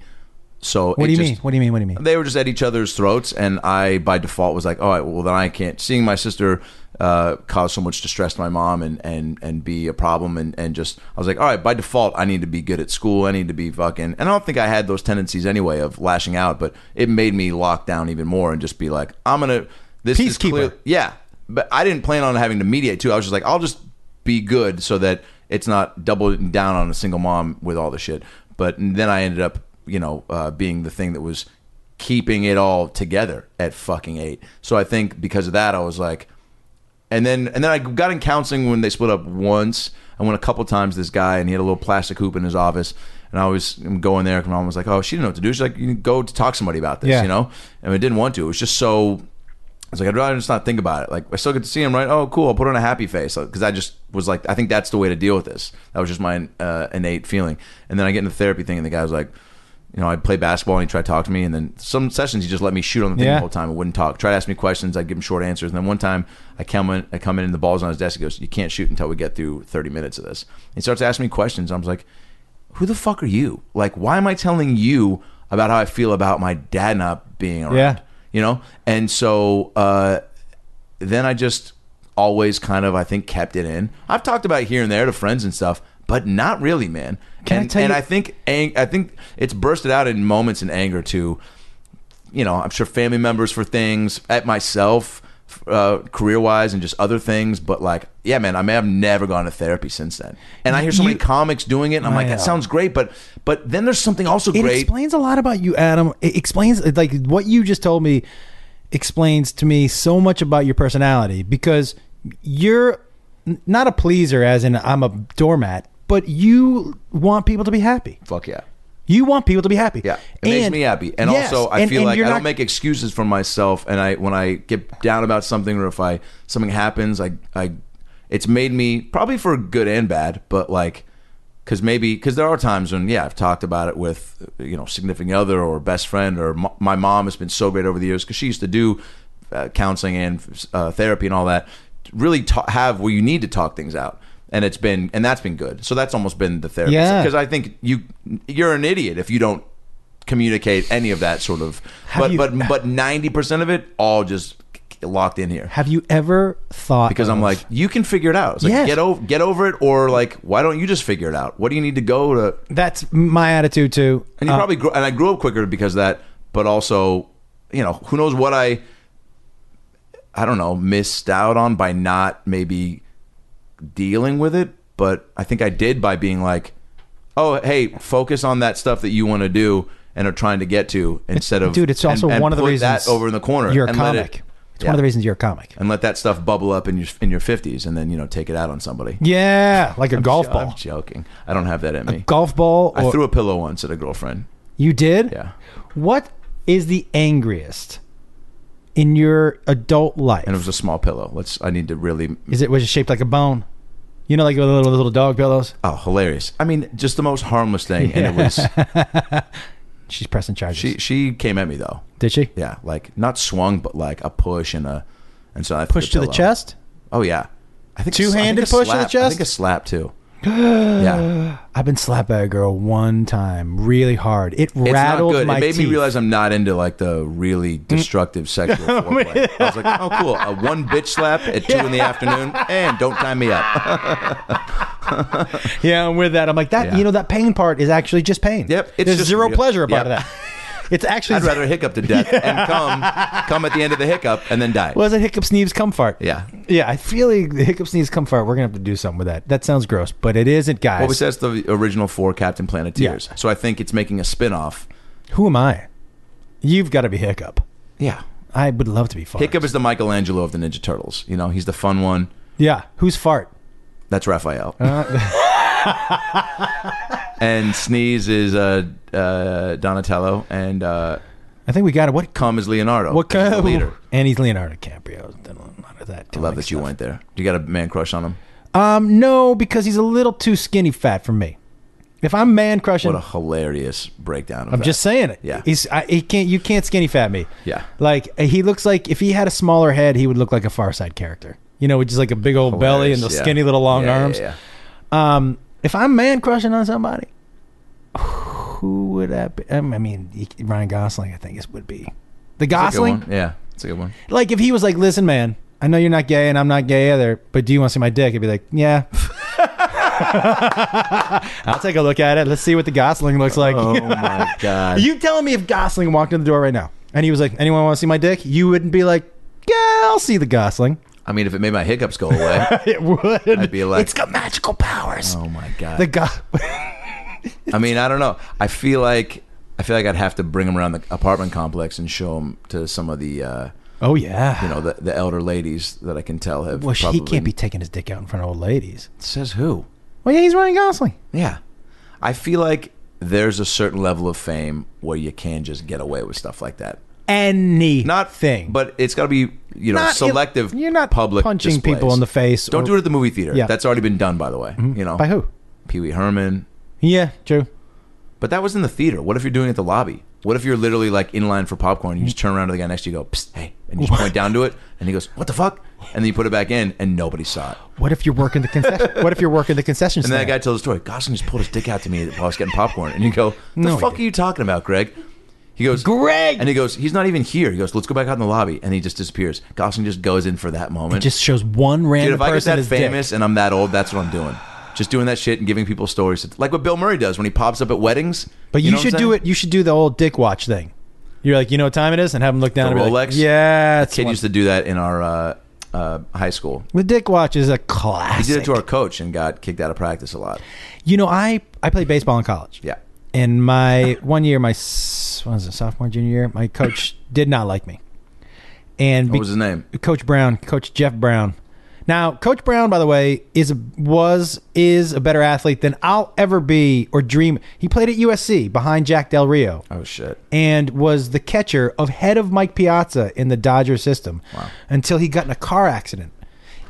Speaker 1: So
Speaker 2: What do you mean? What do you mean? What do you mean?
Speaker 1: They were just at each other's throats, and I, by default, was like, "All right, well then I can't." Seeing my sister uh, cause so much distress to my mom and and and be a problem, and and just I was like, "All right, by default, I need to be good at school. I need to be fucking." And I don't think I had those tendencies anyway of lashing out, but it made me lock down even more and just be like, "I'm gonna this is
Speaker 2: Peacekeeper.
Speaker 1: clear." Yeah, but I didn't plan on having to mediate too. I was just like, "I'll just be good," so that it's not doubling down on a single mom with all the shit. But then I ended up, you know, uh, being the thing that was keeping it all together at fucking eight. So I think because of that, I was like, and then and then I got in counseling when they split up once. I went a couple times. to This guy and he had a little plastic hoop in his office, and I always am going there. 'cause My mom was like, "Oh, she didn't know what to do." She's like, "You can go to talk to somebody about this,"
Speaker 2: Yeah.
Speaker 1: you know. And I didn't want to. It was just so. I was like, I'd rather just not think about it. Like, I still get to see him, right? Oh, cool. I'll put on a happy face because I just was like, I think that's the way to deal with this. That was just my uh, innate feeling. And then I get into the therapy thing, and the guy was like, you know, I'd play basketball and he'd try to talk to me. And then some sessions, he just let me shoot on the thing
Speaker 2: Yeah.
Speaker 1: the whole time. I wouldn't talk. Try to ask me questions. I'd give him short answers. And then one time I come in, I come in and the ball's on his desk. He goes, you can't shoot until we get through 30 minutes of this. He starts asking me questions. I was like, who the fuck are you? Like, why am I telling you about how I feel about my dad not being around?
Speaker 2: Yeah.
Speaker 1: You know? And so, uh, then I just always kind of I think kept it in. I've talked about it here and there to friends and stuff, but not really, man.
Speaker 2: Can I
Speaker 1: and
Speaker 2: tell
Speaker 1: and
Speaker 2: you-
Speaker 1: I think ang- I think it's bursted out in moments in anger too. You know, I'm sure family members for things, at myself, f- uh, career wise, and just other things. But like, yeah, man, I may have never gone to therapy since then. And I hear so many
Speaker 2: You-
Speaker 1: comics doing it, and I'm
Speaker 2: I
Speaker 1: like, that
Speaker 2: know.
Speaker 1: sounds great. But but then there's something also
Speaker 2: It
Speaker 1: great.
Speaker 2: explains a lot about you, Adam. It explains like what you just told me explains to me so much about your personality because you're n- not a pleaser as in I'm a doormat, but you want people to be happy.
Speaker 1: Fuck yeah.
Speaker 2: You want people to be happy.
Speaker 1: Yeah, it makes
Speaker 2: And-
Speaker 1: me happy, and
Speaker 2: yes,
Speaker 1: also I
Speaker 2: and-
Speaker 1: feel
Speaker 2: and
Speaker 1: like I
Speaker 2: you're
Speaker 1: don't
Speaker 2: not-
Speaker 1: make excuses for myself. And I when I get down about something, or if I something happens, I I it's made me probably for good and bad, but like because maybe because there are times when yeah I've talked about it with you know significant other or best friend or m- my mom has been so great over the years because she used to do uh, counseling and uh, therapy and all that. Really ta- have where you need to talk things out. And it's been, and that's been good. So that's almost been the therapy.
Speaker 2: Yeah.
Speaker 1: Because I think you, you're an idiot if you don't communicate any of that sort of but
Speaker 2: you-
Speaker 1: but but 90% of it all just locked in here
Speaker 2: Have you ever thought
Speaker 1: because I'm
Speaker 2: of-
Speaker 1: like you can figure it out it's like
Speaker 2: Yes.
Speaker 1: get over get over it or like why don't you just figure it out what do you need to go to
Speaker 2: that's my attitude too.
Speaker 1: and you
Speaker 2: Uh,
Speaker 1: probably grew, and I grew up quicker because of that but also you know who knows what I I don't know missed out on by not maybe dealing with it but I think I did by being like oh hey focus on that stuff that you want to do and are trying to get to instead of
Speaker 2: dude, it's
Speaker 1: and-
Speaker 2: also
Speaker 1: and
Speaker 2: one of the
Speaker 1: put
Speaker 2: reasons
Speaker 1: that over in the corner
Speaker 2: You're a
Speaker 1: and let it-
Speaker 2: comic. it's one of the
Speaker 1: Yeah.
Speaker 2: reasons you're a comic.
Speaker 1: and let that stuff bubble up in your in your 50s and then you know take it out on somebody
Speaker 2: Yeah, like a golf
Speaker 1: I'm
Speaker 2: ball.
Speaker 1: joking I don't have that in me
Speaker 2: Golf ball.
Speaker 1: I
Speaker 2: or-
Speaker 1: threw a pillow once at a girlfriend
Speaker 2: You did?
Speaker 1: Yeah.
Speaker 2: What is the angriest in your adult life?
Speaker 1: and it was a small pillow let's I need to really
Speaker 2: is it was it shaped like a bone? You know, like the little little dog pillows.
Speaker 1: Oh, hilarious! I mean, just the most harmless thing, and it was
Speaker 2: She's pressing charges.
Speaker 1: she. She came at me though.
Speaker 2: did she
Speaker 1: Yeah, like not swung, but like a push and a, and so I threw
Speaker 2: push to the
Speaker 1: pillow.
Speaker 2: chest?
Speaker 1: Oh yeah, I think
Speaker 2: Two-handed
Speaker 1: I think a
Speaker 2: push to the
Speaker 1: slap- I
Speaker 2: chest?
Speaker 1: think a slap too. yeah,
Speaker 2: I've been slapped by a girl one time, really hard. It
Speaker 1: it's
Speaker 2: rattled
Speaker 1: not good.
Speaker 2: my
Speaker 1: It made
Speaker 2: teeth. Mm.
Speaker 1: me realize I'm not into like the really destructive sexual foreplay. I was like, oh cool, a one bitch slap at two in the afternoon, and don't tie me up.
Speaker 2: yeah, I'm with that. I'm like that.
Speaker 1: Yeah.
Speaker 2: You know, that pain part is actually just pain.
Speaker 1: Yep, it's
Speaker 2: There's
Speaker 1: just
Speaker 2: zero
Speaker 1: real-
Speaker 2: pleasure about
Speaker 1: Yep.
Speaker 2: that. It's actually
Speaker 1: I'd rather hiccup to death and come come at the end of the hiccup and then die.
Speaker 2: was it hiccup sneeze comfort?
Speaker 1: Yeah.
Speaker 2: yeah. I feel like the hiccup sneeze comfort. We're gonna have to do something with that. That sounds gross, but it isn't, guys.
Speaker 1: Well, we said it's the original four Captain Planeteers.
Speaker 2: Yeah.
Speaker 1: So I think it's making a spin off.
Speaker 2: Who am I? You've got to be Hiccup.
Speaker 1: Yeah.
Speaker 2: I would love to be Fart.
Speaker 1: Hiccup is the Michelangelo of the Ninja Turtles. You know, he's the fun one.
Speaker 2: Yeah. Who's Fart?
Speaker 1: That's Raphael.
Speaker 2: Uh.
Speaker 1: and Sneeze is uh, uh, Donatello. And uh,
Speaker 2: I think we got it. What?
Speaker 1: Cum is Leonardo.
Speaker 2: What
Speaker 1: He's
Speaker 2: kind
Speaker 1: the
Speaker 2: of
Speaker 1: leader.
Speaker 2: And he's Leonardo DiCaprio. Done a lot of that.
Speaker 1: I love that you went there. You got a man crush on him?
Speaker 2: Um, no, because he's a little too skinny fat for me. If I'm man crushing,
Speaker 1: What a hilarious breakdown. Of
Speaker 2: I'm just saying it.
Speaker 1: Yeah.
Speaker 2: He's I, he can't. You can't skinny fat me.
Speaker 1: Yeah.
Speaker 2: Like he looks like if he had a smaller head, he would look like a Far Side character. You know, with just like a big old belly and those skinny little long arms.
Speaker 1: Yeah,
Speaker 2: Um, if I'm man crushing on somebody, who would that be? Um, I mean, he- Ryan Gosling, I think, is would be the
Speaker 1: yeah. It's a good
Speaker 2: Gosling.
Speaker 1: one. Yeah, it's a good one.
Speaker 2: Like if he was like, "Listen, man, I know you're not gay, and I'm not gay either, but do you want to see my dick?" I'd be like, "Yeah." I'll take a look at it. Let's see what the Gosling looks like.
Speaker 1: Oh my god!
Speaker 2: you telling me if Gosling walked in the door right now and he was like, "Anyone want to see my dick?" You wouldn't be like, "Yeah, I'll see the Gosling."
Speaker 1: I mean, if it made my hiccups go away,
Speaker 2: It would.
Speaker 1: I'd be like,
Speaker 2: "It's got magical powers."
Speaker 1: "Oh my god!"
Speaker 2: The Gos.
Speaker 1: I mean, I don't know. I feel like I feel like I'd have to bring him around the apartment complex and show him to some of the, uh,
Speaker 2: Oh yeah.
Speaker 1: you know, the, the elder ladies that I can tell have.
Speaker 2: well, she, he
Speaker 1: probably-
Speaker 2: can't be taking his dick out in front of old ladies.
Speaker 1: Says who?
Speaker 2: Well, yeah, he's Ryan Gosling.
Speaker 1: Yeah. I feel like there's a certain level of fame where you can just get away with stuff like that.
Speaker 2: Anything.
Speaker 1: Not
Speaker 2: thing,
Speaker 1: but it's got to be you know
Speaker 2: Not-
Speaker 1: selective.
Speaker 2: you're not
Speaker 1: public
Speaker 2: punching
Speaker 1: displays.
Speaker 2: people in the face
Speaker 1: Don't
Speaker 2: or-
Speaker 1: do it at the movie theater.
Speaker 2: Yeah. Mm-hmm.
Speaker 1: that's already been done by the way. You know
Speaker 2: by who?
Speaker 1: Pee Wee Herman.
Speaker 2: Yeah, true.
Speaker 1: But that was in the theater. What if you're doing it at the lobby? What if you're literally like in line for popcorn? You just turn around to the guy next to you, go, Psst, hey, and you just point down to it, and he goes, "What the fuck?" And then you put it back in, and nobody saw it.
Speaker 2: What if you're working the concession? what if you're working the concession
Speaker 1: And then
Speaker 2: stand?
Speaker 1: that guy tells the story. Gosling just pulled his dick out to me while I was getting popcorn. And you go, the
Speaker 2: No, he
Speaker 1: fuck are you talking about, Greg? He goes, Greg! And he goes, he's not even here. He goes, let's go back out in the lobby. And he just disappears. Gosling just goes in for that moment.
Speaker 2: just shows one random
Speaker 1: Dude, if I get
Speaker 2: person
Speaker 1: that
Speaker 2: his dick.
Speaker 1: famous and I'm that old, that's what I'm doing. Just doing that shit and giving people stories. Like what Bill Murray does when he pops up at weddings.
Speaker 2: But you,
Speaker 1: know what I'm
Speaker 2: should do
Speaker 1: saying?
Speaker 2: it. You should do the old dick watch thing. You're like, you know what time it is, and have them look down
Speaker 1: The
Speaker 2: and be like,
Speaker 1: Rolex?
Speaker 2: yeah, it's
Speaker 1: Kid
Speaker 2: one-
Speaker 1: used to do that in our uh, uh, high school.
Speaker 2: the dick watch is a
Speaker 1: He
Speaker 2: classic.
Speaker 1: did it to our coach and got kicked out of practice a lot.
Speaker 2: You know, I I played baseball in college.
Speaker 1: Yeah.
Speaker 2: And my one year, my s- what was it, sophomore, junior year, my coach did not like me. And
Speaker 1: What Oh, was his name?
Speaker 2: Coach Brown, Coach Jeff Brown. Now, Coach Brown, by the way, is a, was is a better athlete than I'll ever be or dream. He played at USC behind Jack Del Rio
Speaker 1: Oh, shit.
Speaker 2: and was the catcher of head of Mike Piazza in the Dodger system until he got in a car accident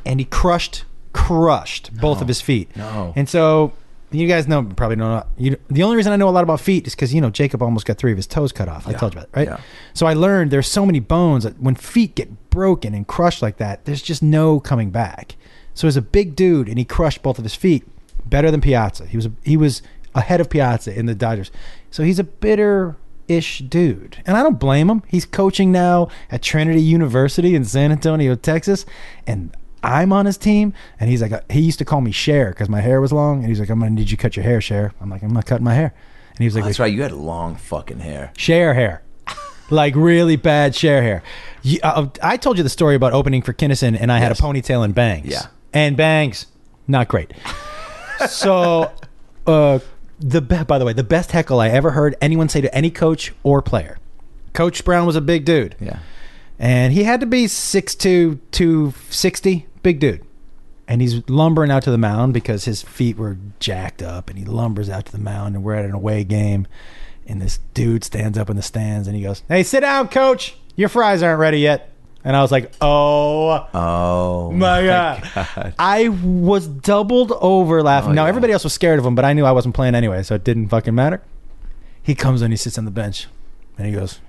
Speaker 2: and he crushed crushed both of his feet.
Speaker 1: No.
Speaker 2: And so you guys know probably know you the only reason I know a lot about feet is cuz you know Jacob almost got 3 of his toes cut off. I told you about that, right?
Speaker 1: Yeah.
Speaker 2: So I learned there's so many bones that when feet get broken and crushed like that, there's just no coming back. So as a big dude and he crushed both of his feet better than Piazza. He was he was ahead of Piazza in the Dodgers. So he's a bitter ish dude. And I don't blame him. He's coaching now at Trinity University in San Antonio, Texas, and I'm on his team, and he's like, uh, he used to call me Cher because my hair was long, and he's like, I'm gonna need you to cut your hair, Cher. I'm like, I'm not cutting my hair, and he was like,
Speaker 1: That's right. You had long fucking hair.
Speaker 2: share hair. Like really bad share hair. You, uh, I told you the story about opening for Kinnison and I had a
Speaker 1: Yes.
Speaker 2: ponytail and bangs.
Speaker 1: Yeah.
Speaker 2: And bangs, not great. so, uh, the be- by the way, the best heckle I ever heard anyone say to any coach or player. Coach Brown was a big dude.
Speaker 1: Yeah.
Speaker 2: And he had to be 6'2", 260, big dude. And he's lumbering out to the mound because his feet were jacked up and he lumbers out to the mound and we're at an away game. And this dude stands up in the stands and he goes, Hey, sit down, coach. Your fries aren't ready yet. And I was like, Oh
Speaker 1: Oh.
Speaker 2: my God. I was doubled over laughing.
Speaker 1: Oh,
Speaker 2: now,
Speaker 1: yeah.
Speaker 2: everybody else was scared of him, but I knew I wasn't playing anyway, so it didn't fucking matter. He comes and he sits on the bench and he goes,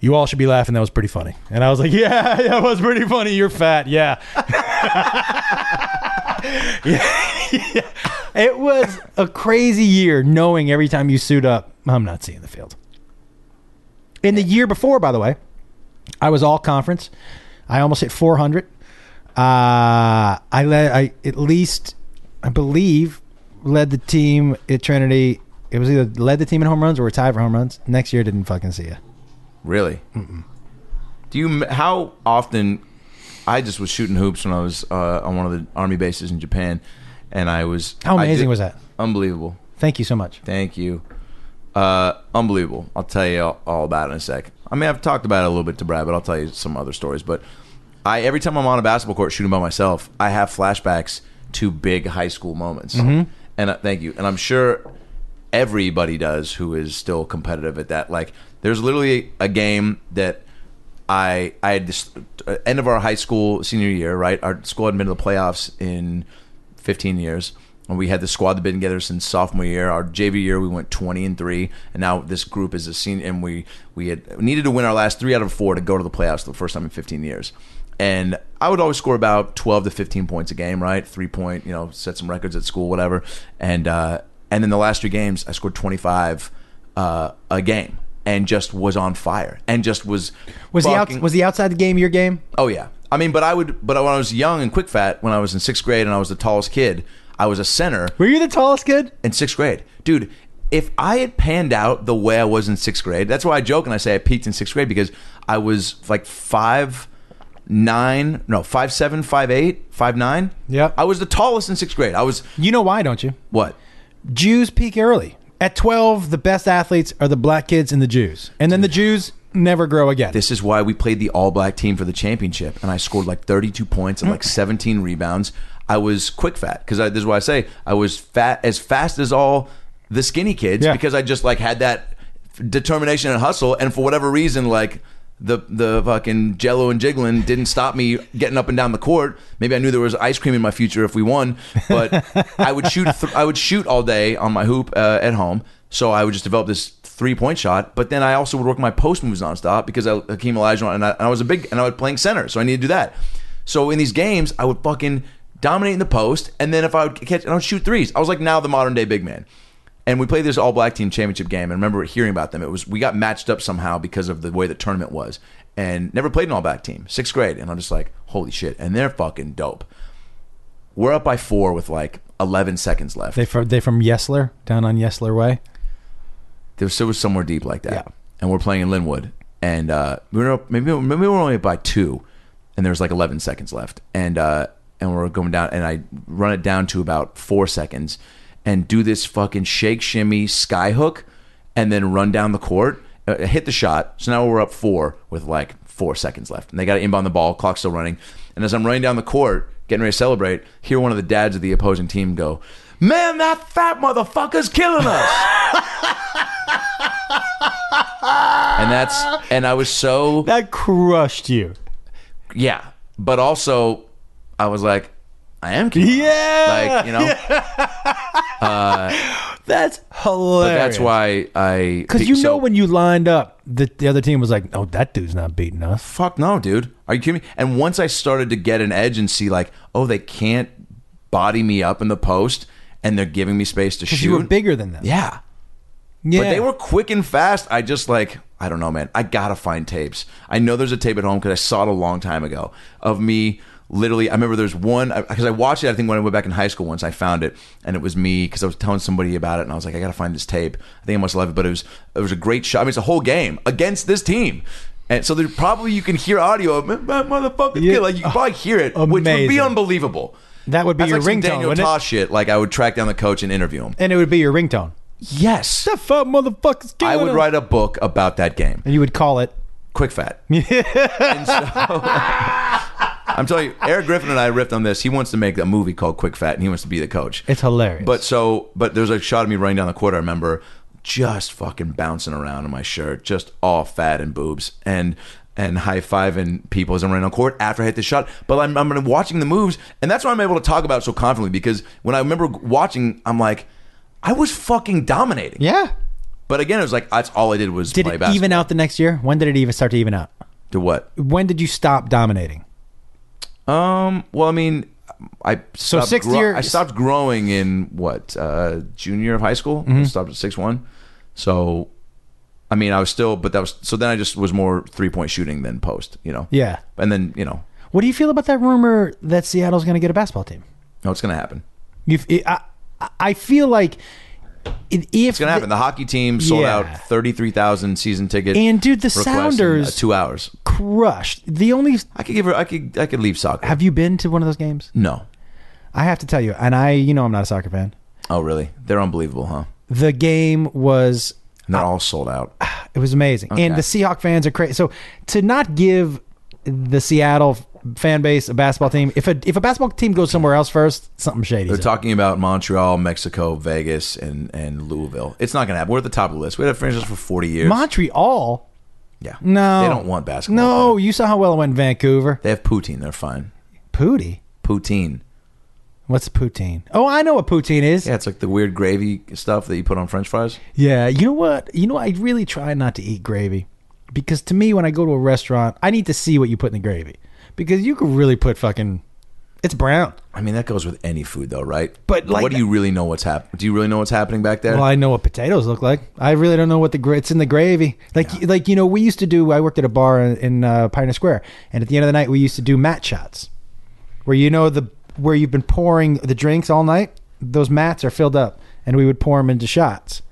Speaker 2: You all should be laughing. That was pretty funny. And I was like, Yeah, that was pretty funny. You're fat. Yeah. Yeah. It was a crazy year knowing every time you suit up, I'm not seeing the field. In the year before, by the way, I was all conference. I almost hit 400. Uh, I led. I at least, I believe, led the team at Trinity. It was either led the team in home runs or were tied for home runs. Next year, didn't fucking see you.
Speaker 1: Really? Do you? How often? I just was shooting hoops when I was uh, on one of the army bases in Japan, and I was.
Speaker 2: How
Speaker 1: I
Speaker 2: amazing was that?
Speaker 1: Unbelievable.
Speaker 2: Thank you so much.
Speaker 1: Thank you. Uh, unbelievable. I'll tell you all, all about it in a sec. I mean, I've talked about it a little bit to Brad, but I'll tell you some other stories. But I, every time I'm on a basketball court shooting by myself, I have flashbacks to big high school moments. And uh, thank you. And I'm sure everybody does who is still competitive at that. Like, there's literally a game that I I had this uh, end of our high school senior year, right? Our school hadn't been to the playoffs in 15 years, and we had the squad that been together since sophomore year. Our JV year, we went 20 and three, and now this group is a senior, and we we had needed to win our last three out of four to go to the playoffs for the first time in 15 years. And I would always score about 12 to 15 points a game, right? Three point, you know, set some records at school, whatever. And uh, and then the last two games, I scored 25 uh, a game. And just was on fire, and just was
Speaker 2: Was he out?
Speaker 1: fucking-
Speaker 2: Was he outside the game? Your game?
Speaker 1: Oh yeah. I mean, but I would. But when I was young and quick fat, when I was in sixth grade and I was the tallest kid, I was a center
Speaker 2: Were you the tallest kid?
Speaker 1: in sixth grade, dude. If I had panned out the way I was in sixth grade, that's why I joke and I say I peaked in sixth grade because I was like five nine, no five seven, five eight, five nine.
Speaker 2: Yep.
Speaker 1: I was the tallest in sixth grade. I was
Speaker 2: You know why, don't you?
Speaker 1: what?
Speaker 2: Jews peak early. At 12, the best athletes are the black kids and the Jews. And then the Jews never grow again.
Speaker 1: This is why we played the all black team for the championship, and I scored like 32 points and like 17 rebounds. I was quick fat because this is why I say I was fat as fast as all the skinny kids
Speaker 2: Yeah.
Speaker 1: because I just like had that determination and hustle, and for whatever reason, like. The, the fucking jello and jiggling didn't stop me getting up and down the court. Maybe I knew there was ice cream in my future if we won, but I would shoot th- I would shoot all day on my hoop uh, at home. So I would just develop this three point shot. But then I also would work my post moves nonstop because I Hakeem Olajuwon and I, and I was a big and I was playing center, so I needed to do that. So in these games, I would fucking dominate in the post, and then if I would catch, and I would shoot threes. I was like now the modern day big man. And we played this all black team championship game, and I remember hearing about them. It was we got matched up somehow because of the way the tournament was, and never played an all black team, sixth grade, and I'm just like, holy shit, and they're fucking dope. We're up by four with like 11 seconds left.
Speaker 2: They from, they from Yesler, down on Yesler Way.
Speaker 1: there was, there was somewhere deep like that.
Speaker 2: Yeah.
Speaker 1: And we're playing in Linwood, and uh, we were up, maybe maybe we were only up by two, and there was like 11 seconds left, and uh, and we're going down, and I run it down to about four seconds, and do this fucking shake shimmy sky hook, and then run down the court, uh, hit the shot. So now we're up four with like four seconds left, and they got to inbound the ball, clock still running, and as I'm running down the court. Getting ready to celebrate, hear one of the dads of the opposing team go, Man, that fat motherfucker's killing us. and that's and I was so
Speaker 2: That crushed you.
Speaker 1: yeah, but also I was like, I am cute.
Speaker 2: Yeah.
Speaker 1: like you know,
Speaker 2: That's
Speaker 1: but
Speaker 2: hilarious.
Speaker 1: that's why I
Speaker 2: Because you know
Speaker 1: so-
Speaker 2: when you lined up, the, the other team was like, oh, that dude's not beating us.
Speaker 1: fuck no, dude, are you kidding me? And once I started to get an edge and see like, oh, they can't body me up in the post, and they're giving me space to shoot.
Speaker 2: Because you were bigger than them.
Speaker 1: yeah,
Speaker 2: Yeah.
Speaker 1: But they were quick and fast. I just like I don't know, man. I gotta find tapes. I know there's a tape at home because I saw it a long time ago of me. Literally, I remember there's one because I watched it. I think when I went back in high school once, I found it, and it was me because I was telling somebody about it, and I was like, I gotta find this tape. I think I must love it, but it was it was a great shot. I mean, it's a whole game against this team, and so there probably you can hear audio of that motherfucker.
Speaker 2: Yeah.
Speaker 1: kid." Like you can probably hear it, which would be
Speaker 2: Amazing.
Speaker 1: unbelievable.
Speaker 2: That would be
Speaker 1: That's
Speaker 2: your
Speaker 1: like some
Speaker 2: ringtone,
Speaker 1: Daniel
Speaker 2: wouldn't it?
Speaker 1: Tosh shit. Like I would track down the coach and interview him.
Speaker 2: and it would be your ringtone.
Speaker 1: Yes,
Speaker 2: That fat motherfucker's
Speaker 1: I
Speaker 2: killing
Speaker 1: would
Speaker 2: us.
Speaker 1: write a book about that game.
Speaker 2: And you would call it.
Speaker 1: Quick fat. and so, I'm telling you, Eric Griffin and I riffed on this. He wants to make a movie called Quick Fat, and he wants to be the coach.
Speaker 2: It's hilarious.
Speaker 1: But so, but there's a shot of me running down the court. I remember just fucking bouncing around in my shirt, just all fat and boobs, and and high fiving people as I'm running on court after I hit the shot. But I'm I'm watching the moves, and that's why I'm able to talk about it so confidently because when I remember watching, I'm like, I was fucking dominating.
Speaker 2: yeah.
Speaker 1: But again, it was like that's all I did was
Speaker 2: Did
Speaker 1: play
Speaker 2: it
Speaker 1: basketball.
Speaker 2: even out the next year? When did it even start to even out?
Speaker 1: to what?
Speaker 2: When did you stop dominating?
Speaker 1: Um. Well, I mean, I so
Speaker 2: sixth year-
Speaker 1: I stopped growing in what uh, junior of high school.
Speaker 2: Mm-hmm.
Speaker 1: I stopped at six one. So, I mean, I was still, but that was so. Then I just was more three point shooting than post. You know.
Speaker 2: Yeah.
Speaker 1: And then you know,
Speaker 2: What do you feel about that rumor that Seattle's going to get a basketball team?
Speaker 1: no, it's gonna happen.
Speaker 2: You've, I, I- I feel like if
Speaker 1: It's gonna happen. The hockey team sold
Speaker 2: Yeah.
Speaker 1: out thirty three thousand season ticket.
Speaker 2: And, dude, the
Speaker 1: requests in, uh,
Speaker 2: Sounders-
Speaker 1: two hours.
Speaker 2: crushed. The only
Speaker 1: I could give her. I could. I could leave soccer.
Speaker 2: have you been to one of those games?
Speaker 1: no.
Speaker 2: I have to tell you, and I you know I'm not a soccer fan.
Speaker 1: Oh, really? They're unbelievable, huh?
Speaker 2: The game was
Speaker 1: And they're all sold out.
Speaker 2: it was amazing, and the Seahawk fans are crazy. So to not give the Seattle fan base a basketball team, if a if a basketball team goes somewhere else first, something shady.
Speaker 1: They're talking about Montreal, Mexico, Vegas, and, and Louisville. It's not going to happen. We're at the top of the list. We had franchises for 40 years.
Speaker 2: Montreal,
Speaker 1: yeah.
Speaker 2: no,
Speaker 1: They don't want basketball.
Speaker 2: No, you saw how well it went in Vancouver.
Speaker 1: They have poutine. They're fine.
Speaker 2: Pootie,
Speaker 1: Poutine.
Speaker 2: what's poutine? Oh, I know what poutine is.
Speaker 1: Yeah, it's like the weird gravy stuff that you put on french fries.
Speaker 2: Yeah, you know what? You know, I really try not to eat gravy because to me, when I go to a restaurant, I need to see what you put in the gravy because you could really put fucking. It's brown.
Speaker 1: I mean, that goes with any food, though, right?
Speaker 2: But, like,
Speaker 1: what do you really know what's happening? Do you really know what's happening back there?
Speaker 2: Well, I know what potatoes look like. I really don't know what the gra- it's in the gravy. Like, like you know, we used to do. I worked at a bar in, in uh, Pioneer Square, and at the end of the night, we used to do mat shots, where you know the where you've been pouring the drinks all night. Those mats are filled up, and we would pour them into shots.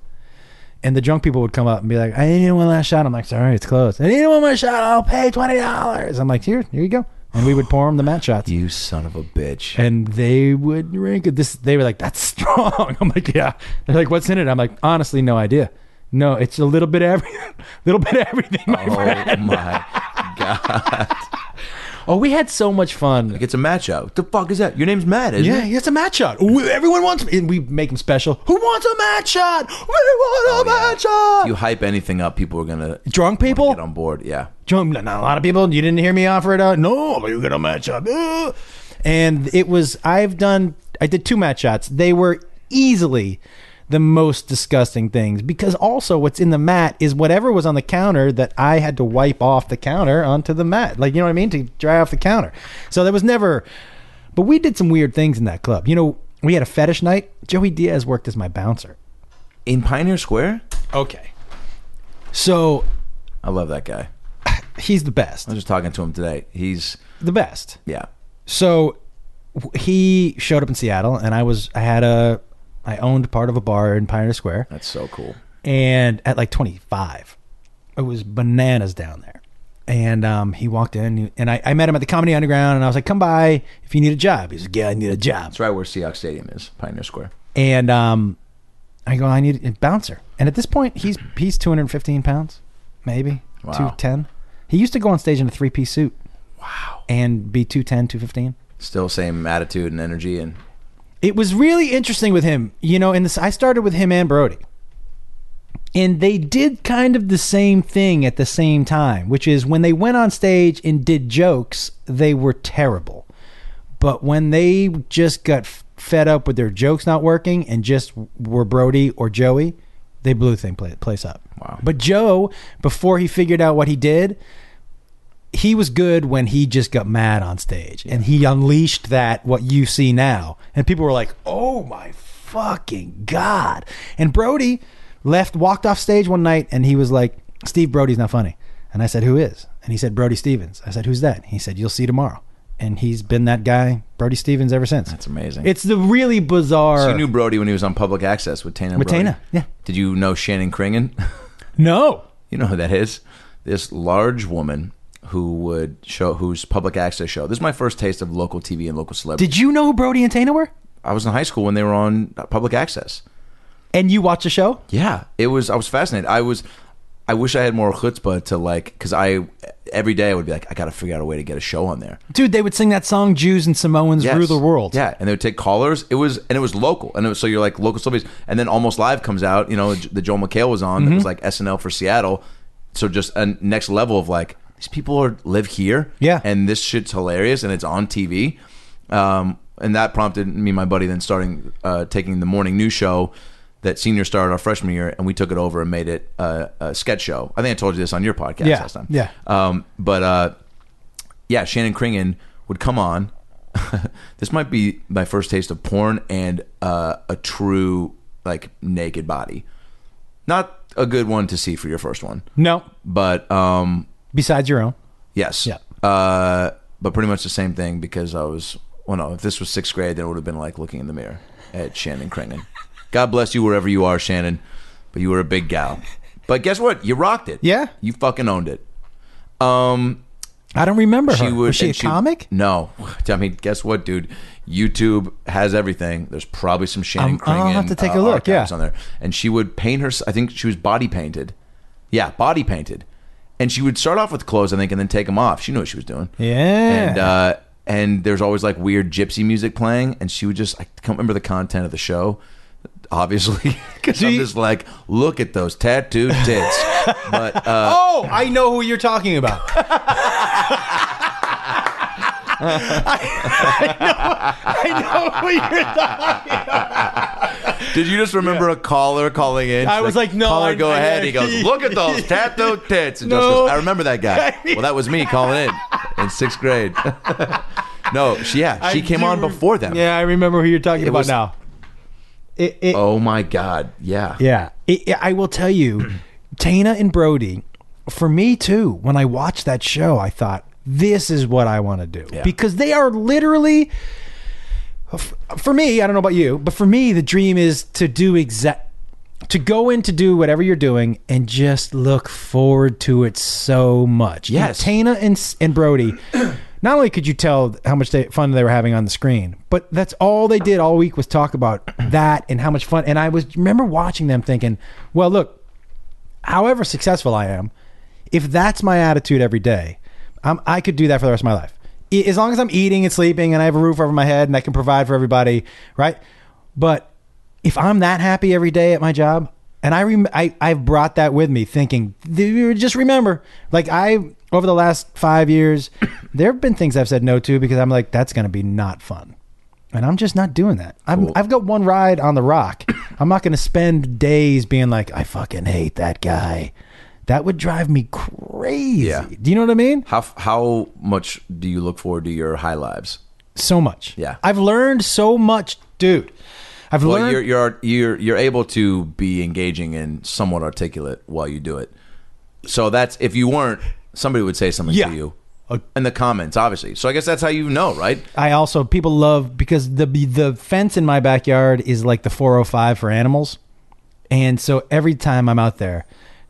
Speaker 2: And the drunk people would come up and be like, "I need one last shot." I'm like, "Sorry, it's closed." I need one more shot. I'll pay twenty dollars. I'm like, "Here, here you go." and we would pour them the mat shots.
Speaker 1: You son of a bitch.
Speaker 2: And they would drink it. This they were like, "That's strong." I'm like, "Yeah." They're like, "What's in it?" I'm like, "Honestly, no idea. No, it's a little bit of everything. little bit of everything." My
Speaker 1: Oh
Speaker 2: friend.
Speaker 1: my god!
Speaker 2: Oh, we had so much fun.
Speaker 1: It's a match out. The fuck is that? Your name's Matt, isn't
Speaker 2: Yeah,
Speaker 1: it?
Speaker 2: it's a match shot. Ooh, everyone wants, and we make them special. Who wants a match shot? We want a
Speaker 1: Oh, yeah.
Speaker 2: match shot.
Speaker 1: You hype anything up, people are gonna
Speaker 2: drunk people?
Speaker 1: get on board. Yeah.
Speaker 2: Jump, not a lot of people. You didn't hear me offer it out. No, but you get a match up. Ugh. And it was I've done I did two match shots. They were easily the most disgusting things because also what's in the mat is whatever was on the counter that I had to wipe off the counter onto the mat. Like you know what I mean? To dry off the counter. So there was never but we did some weird things in that club. You know, we had a fetish night. Joey Diaz worked as my bouncer.
Speaker 1: In Pioneer Square,
Speaker 2: Okay. So
Speaker 1: I love that guy.
Speaker 2: he's the best.
Speaker 1: I was just talking to him today. He's
Speaker 2: The best.
Speaker 1: yeah.
Speaker 2: So w- he showed up in Seattle, and I was I had a I owned part of a bar in Pioneer Square,
Speaker 1: That's so cool.
Speaker 2: and at like 25, it was bananas down there. And um, he walked in, and I, I met him at the Comedy Underground, and I was like, "Come by if you need a job." He's like, "Yeah, I need a job."
Speaker 1: That's right where Seahawks Stadium is, Pioneer Square.
Speaker 2: And um, I go, "I need a bouncer." And at this point, he's he's 215 pounds, maybe
Speaker 1: Wow.
Speaker 2: 210. He used to go on stage in a three piece suit. Wow. And be 210, 215.
Speaker 1: Still same attitude and energy and
Speaker 2: it was really interesting with him, you know. And this, I started with him and Brody, and they did kind of the same thing at the same time, which is when they went on stage and did jokes, they were terrible. But when they just got f- fed up with their jokes not working and just were Brody or Joey, they blew the thing pla- place up.
Speaker 1: Wow.
Speaker 2: But Joe, before he figured out what he did, he was good when he just got mad on stage and he unleashed that what you see now and people were like oh my fucking god and brody left walked off stage one night and he was like steve brody's not funny and i said who is and he said brody stevens i said who's that he said you'll see tomorrow and he's been that guy brody stevens ever since
Speaker 1: that's amazing.
Speaker 2: it's the really bizarre
Speaker 1: so you knew Brody when he was on public access with Tana. and
Speaker 2: With
Speaker 1: Brody?
Speaker 2: Tana, yeah.
Speaker 1: Did you know Shannon Kringen?
Speaker 2: no
Speaker 1: you know who that is? This large woman who would show whose public access show. This is my first taste of local TV and local celebrity.
Speaker 2: did you know who brody and tana were
Speaker 1: I was in high school when they were on uh, public access.
Speaker 2: and you watched the show
Speaker 1: Yeah, it was. I was fascinated. I was. I wish I had more chutzpah to like, because I every day I would be like, I got to figure out a way to get a show on there.
Speaker 2: dude they would sing that song jews and samoans
Speaker 1: Yes.
Speaker 2: rule the world
Speaker 1: Yeah, and they would take callers. It was and it was local, and it was, so you're like local celebrities. And then almost live comes out. You know, the Joel McHale was on. It
Speaker 2: Mm-hmm.
Speaker 1: was like SNL for Seattle. So just a next level of like these people are live here.
Speaker 2: Yeah.
Speaker 1: and this shit's hilarious, and it's on TV. Um, and that prompted me, and my buddy, then starting uh, taking the morning news show that senior started our freshman year, and we took it over and made it uh, a sketch show. I think I told you this on your podcast
Speaker 2: Yeah,
Speaker 1: last time.
Speaker 2: yeah.
Speaker 1: Um, but uh, yeah, Shannon Kringen would come on. this might be my first taste of porn and uh, a true like naked body. Not a good one to see for your first one,
Speaker 2: no
Speaker 1: but um,
Speaker 2: besides your own
Speaker 1: yes,
Speaker 2: Yeah.
Speaker 1: Uh, but pretty much the same thing because I was well. No, if this was sixth grade, then it would have been like looking in the mirror at Shannon Kringen. God bless you wherever you are, Shannon. But you were a big gal. But guess what? You rocked it.
Speaker 2: Yeah.
Speaker 1: you fucking owned it. Um,
Speaker 2: I don't remember her. was she a
Speaker 1: and
Speaker 2: comic?
Speaker 1: No, I mean, guess what, dude? YouTube has everything. There's probably some Shannon
Speaker 2: Um, I'll
Speaker 1: Kringen, uh,
Speaker 2: have to take a look,
Speaker 1: archives
Speaker 2: yeah.
Speaker 1: on there, and she would paint her. I think she was body painted. Yeah, body painted, and she would start off with clothes, I think, and then take them off. She knew what she was doing.
Speaker 2: Yeah.
Speaker 1: and uh, and there's always like weird gypsy music playing, and she would just I can't remember the content of the show. Obviously, because I'm
Speaker 2: She-
Speaker 1: just like, look at those tattooed tits. but uh,
Speaker 2: oh, I know who you're talking about. I, I know, I know who you're talking
Speaker 1: Did you just remember a caller calling in?
Speaker 2: I
Speaker 1: She's
Speaker 2: was like, no,
Speaker 1: Caller,
Speaker 2: I-
Speaker 1: go
Speaker 2: I-
Speaker 1: ahead. He goes, look at those tattooed tits. And no.
Speaker 2: No.
Speaker 1: I remember that guy. Well, that was me calling in in sixth grade. no, she, yeah, she
Speaker 2: I
Speaker 1: came
Speaker 2: do
Speaker 1: on
Speaker 2: re-
Speaker 1: before them.
Speaker 2: about. Yeah, I remember who you're talking about
Speaker 1: was-
Speaker 2: now. It, it,
Speaker 1: Oh my God. Yeah.
Speaker 2: Yeah. It, it- I will tell you, Tana and Brody, for me too, when I watched that show, I thought, this is what I want to do.
Speaker 1: Yeah.
Speaker 2: Because they are literally, f- for me, I don't know about you, but for me, the dream is to do exact. To go in to do whatever you're doing and just look forward to it so much.
Speaker 1: Yes.
Speaker 2: Tana and, S- and Brody, not only could you tell how much they, fun they were having on the screen, but that's all they did all week was talk about that and how much fun. And I was remember watching them thinking, well, look, however successful I am, if that's my attitude every day, I'm, I could do that for the rest of my life. I- As long as I'm eating and sleeping and I have a roof over my head and I can provide for everybody, right? But if I'm that happy every day at my job, and I, rem- I I've brought that with me, thinking "Dude, just remember, like I over the last five years, there have been things I've said no to because I'm like that's going to be not fun, and I'm just not doing that. I'm,
Speaker 1: Cool.
Speaker 2: I've got one ride on the rock. I'm not going to spend days being like I fucking hate that guy. That would drive me crazy.
Speaker 1: Yeah.
Speaker 2: Do you know what I mean?
Speaker 1: How how much do you look forward to your high lives?
Speaker 2: So much.
Speaker 1: Yeah.
Speaker 2: I've learned so much, dude. I've
Speaker 1: Well,
Speaker 2: learned.
Speaker 1: you're you're you're you're able to be engaging and somewhat articulate while you do it. So that's if you weren't, somebody would say something
Speaker 2: Yeah. Uh,
Speaker 1: to you in the comments, obviously. So I guess that's how you know, right?
Speaker 2: I also people love because the the fence in my backyard is like the 405 for animals. And so every time I'm out there,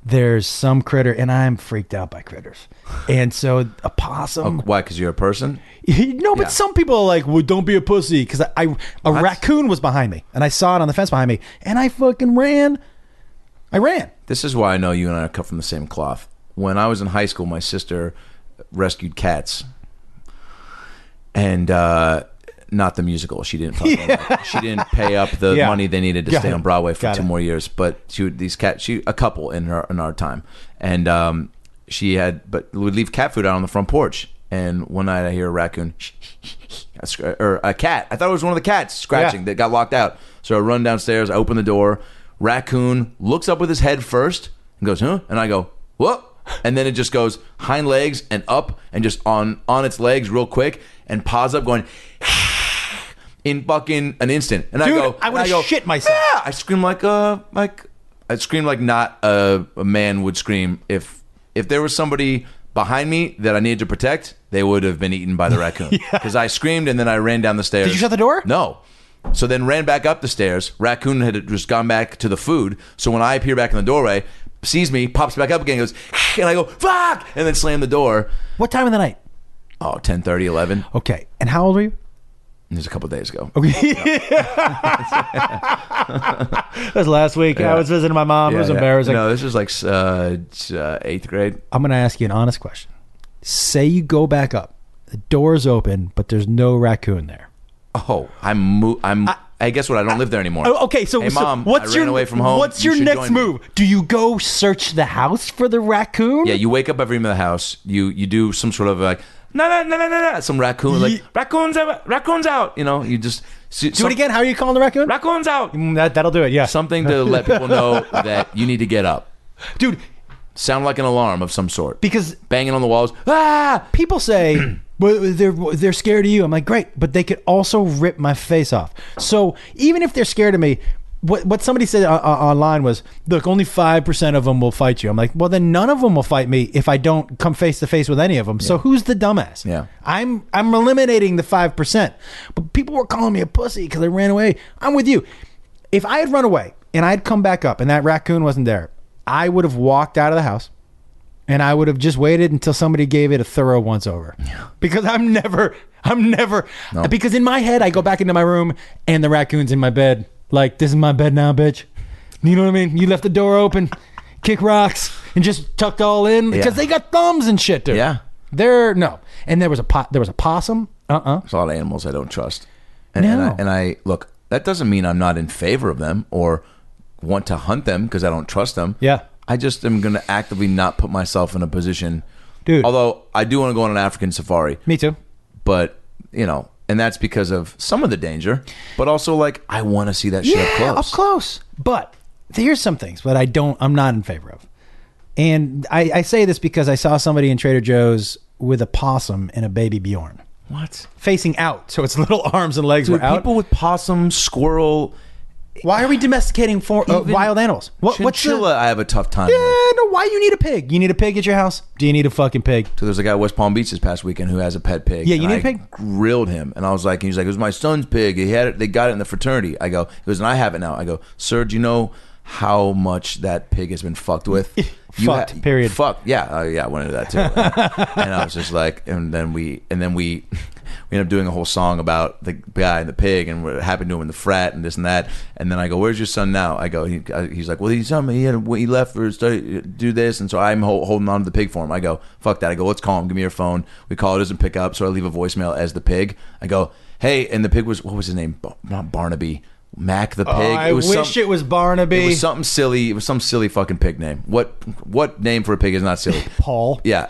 Speaker 2: there's some critter and I'm freaked out by critters. And so a possum
Speaker 1: Why? Because you're a person.
Speaker 2: no, but
Speaker 1: Yeah.
Speaker 2: some people are like, "Well, don't be a pussy," because I, I a raccoon was behind me, and I saw it on the fence behind me, and I fucking ran. I ran.
Speaker 1: This is why I know you and I are cut from the same cloth. When I was in high school, my sister rescued cats, and uh, not the musical. She didn't. fuck on that. She didn't pay up the
Speaker 2: Yeah.
Speaker 1: money they needed to
Speaker 2: Got
Speaker 1: stay
Speaker 2: it.
Speaker 1: on Broadway for
Speaker 2: Got
Speaker 1: two
Speaker 2: it.
Speaker 1: more years. But she would, these cats. She a couple in her in our time, and um, she had but would leave cat food out on the front porch. And one night I hear a raccoon, I scr- or a cat. I thought it was one of the cats scratching
Speaker 2: Yeah.
Speaker 1: that got locked out. So I run downstairs, I open the door. Raccoon looks up with his head first and goes, huh? And I go, whoop. And then it just goes hind legs and up and just on on its legs real quick and paws up going in fucking an instant. And I
Speaker 2: Dude,
Speaker 1: go,
Speaker 2: I
Speaker 1: and
Speaker 2: would've
Speaker 1: go,
Speaker 2: shit myself.
Speaker 1: "Ah!" I scream like uh like I scream like not a, a man would scream if if there was somebody behind me that I needed to protect, they would have been eaten by the raccoon because I screamed and then I ran down the stairs.
Speaker 2: Did you shut the door?
Speaker 1: No. So then ran back up the stairs. Raccoon had just gone back to the food. So when I appear back in the doorway, sees me, pops back up again, goes, and I go, fuck! And then slam the door.
Speaker 2: What time of the night?
Speaker 1: Oh, 10 11.
Speaker 2: Okay, and how old were you?
Speaker 1: It was a couple days ago.
Speaker 2: That was last week. I was visiting my mom. it was
Speaker 1: Yeah, yeah.
Speaker 2: embarrassing.
Speaker 1: No, this was like uh, uh, eighth grade.
Speaker 2: I'm going to ask you an honest question. Say you go back up, the door's open, but there's no raccoon there.
Speaker 1: Oh, I'm. Mo- I'm. I, guess what? I don't live there anymore.
Speaker 2: Oh, okay, so,
Speaker 1: hey,
Speaker 2: so
Speaker 1: mom,
Speaker 2: what's
Speaker 1: I
Speaker 2: your
Speaker 1: ran away from home.
Speaker 2: What's
Speaker 1: You
Speaker 2: your
Speaker 1: should
Speaker 2: next
Speaker 1: join me.
Speaker 2: move? Do you go search the house for the raccoon?
Speaker 1: Yeah, you wake up every minute of the house. You you do some sort of like no no no no no no some raccoon like raccoons out raccoons out. You know you just do
Speaker 2: Do it again. How are you calling the raccoon?
Speaker 1: Raccoons out.
Speaker 2: Mm, that that'll do it. Yeah,
Speaker 1: Something to let people know that you need to get up.
Speaker 2: dude.
Speaker 1: Sound like an alarm of some sort.
Speaker 2: Because
Speaker 1: banging on the walls. Ah.
Speaker 2: people say well, they're they're scared of you. I'm like, great, but they could also rip my face off. So even if they're scared of me, what what somebody said o- o- online was, look, only five percent of them will fight you. I'm like, well, then none of them will fight me if I don't come face to face with any of them. So who's the dumbass?
Speaker 1: Yeah.
Speaker 2: I'm I'm eliminating the five percent. But people were calling me a pussy because I ran away. I'm with you. If I had run away and I had come back up and that raccoon wasn't there, I would have walked out of the house and I would have just waited until somebody gave it a thorough once over. Because I'm never, I'm never, because in my head, I go back into my room and the raccoon's in my bed. Like, this is my bed now, bitch. You know what I mean? You left the door open, kick rocks, and just tucked all in because
Speaker 1: Yeah.
Speaker 2: they got thumbs and shit, dude.
Speaker 1: Yeah.
Speaker 2: There, no. And there was a pot, there was a possum. Uh uh
Speaker 1: There's a lot of animals I don't trust. And, and, I,
Speaker 2: No.
Speaker 1: and I look. That doesn't mean I'm not in favor of them or want to hunt them because I don't trust them.
Speaker 2: Yeah.
Speaker 1: I just am going to actively not put myself in a position.
Speaker 2: Dude.
Speaker 1: Although I do want to go on an African safari.
Speaker 2: Me too.
Speaker 1: But, you know, and that's because of some of the danger, but also like I want to see that shit up close.
Speaker 2: Up close. But here's some things that I don't, I'm not in favor of. And I, I say this because I saw somebody in Trader Joe's with a possum and a baby Bjorn
Speaker 1: What?
Speaker 2: facing out. So its little arms and legs
Speaker 1: Dude,
Speaker 2: were out.
Speaker 1: people with possum, squirrel,
Speaker 2: why are we domesticating for, uh,
Speaker 1: Even
Speaker 2: wild animals? What, what's the,
Speaker 1: chinchilla, I have a tough time
Speaker 2: yeah,
Speaker 1: with.
Speaker 2: no, why you need a pig? You need a pig at your house? Do you need a fucking pig?
Speaker 1: So there's a guy at West Palm Beach this past weekend who has a pet pig.
Speaker 2: Yeah, you
Speaker 1: and
Speaker 2: need a
Speaker 1: I
Speaker 2: pig?
Speaker 1: Grilled him, and I was like, and he's like, it was my son's pig. He had it. They got it in the fraternity. I go, he goes, and I have it now. I go, sir, do you know how much that pig has been fucked with.
Speaker 2: Fucked, period.
Speaker 1: Fucked. Yeah. Uh, yeah. I went into that too. and I was just like, and then we, and then we, we end up doing a whole song about the guy and the pig and what happened to him in the frat and this and that. And then I go, "Where's your son now?" I go, he, I, he's like, "Well, he's um, he had, he left for study, do this," and so I'm ho- holding on to the pig for him. I go, "Fuck that!" I go, "Let's call him. Give me your phone." We call. It doesn't pick up, so I leave a voicemail as the pig. I go, "Hey," and the pig was what was his name? Bar- not Barnaby. Mac the pig.
Speaker 2: Oh, I
Speaker 1: was
Speaker 2: wish
Speaker 1: some-
Speaker 2: it was Barnaby.
Speaker 1: it was something silly. It was some silly fucking pig name. What what name for a pig is not silly?
Speaker 2: Paul.
Speaker 1: Yeah.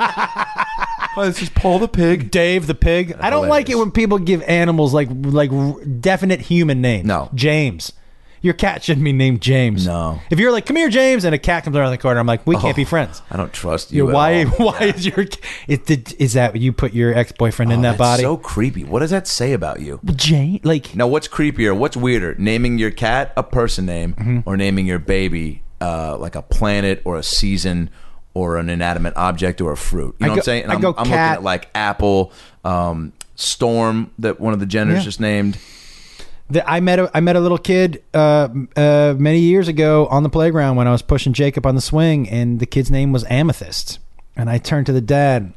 Speaker 1: oh, this is Paul the pig.
Speaker 2: Dave the pig. I don't like it
Speaker 1: hilarious.
Speaker 2: when people give animals like like r- definite human names.
Speaker 1: No.
Speaker 2: James. Your cat shouldn't be named James.
Speaker 1: No. Oh,
Speaker 2: If you're like, come here, James, and a cat comes around the corner, I'm like, we can't be friends.
Speaker 1: I don't trust
Speaker 2: Yeah,
Speaker 1: you. at
Speaker 2: why?
Speaker 1: all.
Speaker 2: Why is your? It did. Is that you put your ex boyfriend in
Speaker 1: Oh,
Speaker 2: that
Speaker 1: that's
Speaker 2: body?
Speaker 1: So creepy. What does that say about you?
Speaker 2: Jane, like
Speaker 1: Now, what's creepier? What's weirder? Naming your cat a person name,
Speaker 2: Mm-hmm.
Speaker 1: or naming your baby uh, like a planet or a season or an inanimate object or a fruit? You know what
Speaker 2: I
Speaker 1: I'm
Speaker 2: go-
Speaker 1: saying? And
Speaker 2: I
Speaker 1: I'm,
Speaker 2: go
Speaker 1: I'm looking
Speaker 2: cat.
Speaker 1: at like apple, um, storm that one of the Jenners
Speaker 2: Yeah.
Speaker 1: just named.
Speaker 2: the, I met a I met a little kid uh, uh, many years ago on the playground when I was pushing Jacob on the swing, and the kid's name was Amethyst. And I turned to the dad,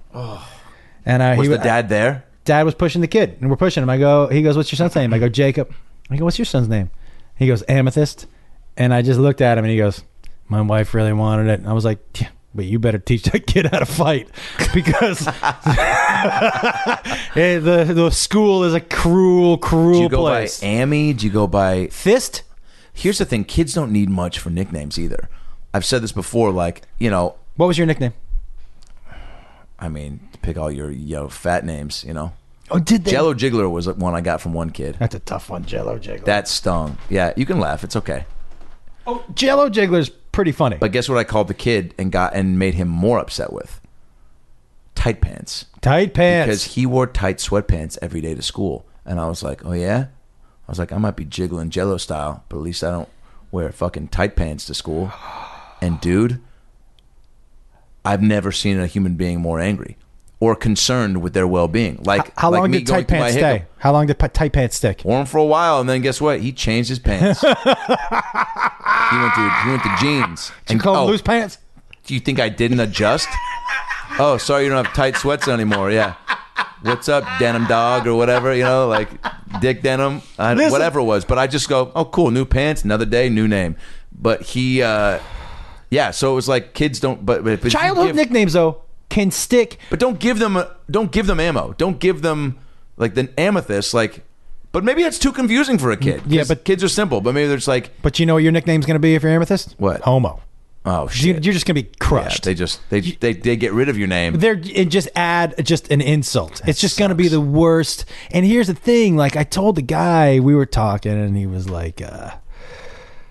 Speaker 2: and I,
Speaker 1: Was
Speaker 2: he,
Speaker 1: the dad there?
Speaker 2: dad was pushing the kid, and we're pushing him. I go, he goes, "What's your son's name?" I go, "Jacob." I go, "What's your son's name?" He goes, "Amethyst." And I just looked at him, and he goes, "My wife really wanted it." And I was like, "Yeah, "But you better teach that kid how to fight, because eh, the the school is a cruel,
Speaker 1: Do
Speaker 2: cruel
Speaker 1: you go
Speaker 2: place."
Speaker 1: by Amy? Do you go by
Speaker 2: Fist.
Speaker 1: Here's the thing: kids don't need much for nicknames either. I've said this before. Like you know,
Speaker 2: What was your nickname?
Speaker 1: I mean, pick all your yo fat names. You know,
Speaker 2: Oh, did they?
Speaker 1: Jello Jiggler was one I got from one kid.
Speaker 2: That's a tough one, Jello Jiggler.
Speaker 1: That stung. Yeah, you can laugh. It's okay.
Speaker 2: oh, Jello Jiggler's pretty funny.
Speaker 1: But guess what? I called the kid and got and made him more upset with tight pants
Speaker 2: tight pants.
Speaker 1: because he wore tight sweatpants every day to school, and I was like, oh yeah. I was like, I might be jiggling Jello style, but at least I don't wear fucking tight pants to school. And dude, I've never seen a human being more angry or concerned with their well being. Like
Speaker 2: How
Speaker 1: like
Speaker 2: long
Speaker 1: me
Speaker 2: did
Speaker 1: going
Speaker 2: tight
Speaker 1: through my
Speaker 2: pants
Speaker 1: hiccup.
Speaker 2: stay? How long did pa- tight pants stick?
Speaker 1: Wore them for a while, and then guess what? He changed his pants. he went to he went to jeans. oh,
Speaker 2: You call them loose pants?
Speaker 1: Do you think I didn't adjust? oh, sorry, you don't have tight sweats anymore. Yeah. What's up, denim dog or whatever? You know, like Dick Denim, I,
Speaker 2: Listen-
Speaker 1: whatever it was. But I just go, oh, cool, new pants, another day, new name. But he, uh, yeah. So it was like kids don't, but, but but you
Speaker 2: Childhood
Speaker 1: give-
Speaker 2: nicknames though can stick.
Speaker 1: but don't give them don't give them ammo. Don't give them like the amethyst. Like, but maybe that's too confusing for a kid. 'Cause
Speaker 2: Yeah, but-
Speaker 1: kids are simple. But maybe they're just like,
Speaker 2: But you know what your nickname's going to be if you're amethyst?
Speaker 1: What?
Speaker 2: Homo.
Speaker 1: oh
Speaker 2: You,
Speaker 1: shit,
Speaker 2: you're just going to be
Speaker 1: Yeah,
Speaker 2: crushed.
Speaker 1: they just they, they they get rid of your name.
Speaker 2: they're it just add just an insult. it's just going to be the worst. And here's the thing: like I told the guy, we were talking, and he was like, uh,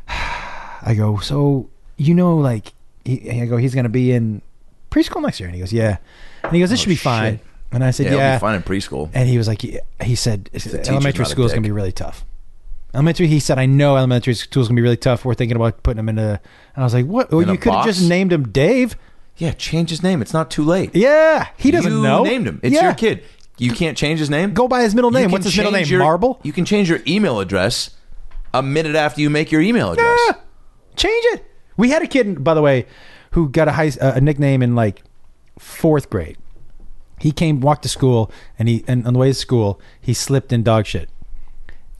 Speaker 2: "I go, so you know, like, he, I go, he's going to be in preschool next year," and he goes, "Yeah," and he goes, "This should be fine."
Speaker 1: Oh, shit.
Speaker 2: And I said,
Speaker 1: yeah,
Speaker 2: "Yeah."
Speaker 1: it'll be fine in preschool.
Speaker 2: And he was like, yeah. he said,
Speaker 1: teacher's
Speaker 2: elementary
Speaker 1: not a
Speaker 2: school is
Speaker 1: dick.
Speaker 2: going to be really tough. Elementary, he said, I know elementary school is going to be really tough. We're thinking about putting him in a. And I was like, what? Well,
Speaker 1: In a
Speaker 2: you could have
Speaker 1: box?
Speaker 2: just named him Dave.
Speaker 1: yeah, change his name. It's not too late.
Speaker 2: Yeah, he doesn't
Speaker 1: you
Speaker 2: know.
Speaker 1: named him. It's
Speaker 2: Yeah.
Speaker 1: your kid. You can't change his name.
Speaker 2: Go by his middle
Speaker 1: You
Speaker 2: name.
Speaker 1: can
Speaker 2: What's his middle
Speaker 1: change
Speaker 2: name?
Speaker 1: your-
Speaker 2: Marble.
Speaker 1: You can change your email address a minute after you make your email address.
Speaker 2: Yeah. Change it. We had a kid, by the way, who got a high a nickname in like fourth grade. He came, walked to school, and he and on the way to school, he slipped in dog shit.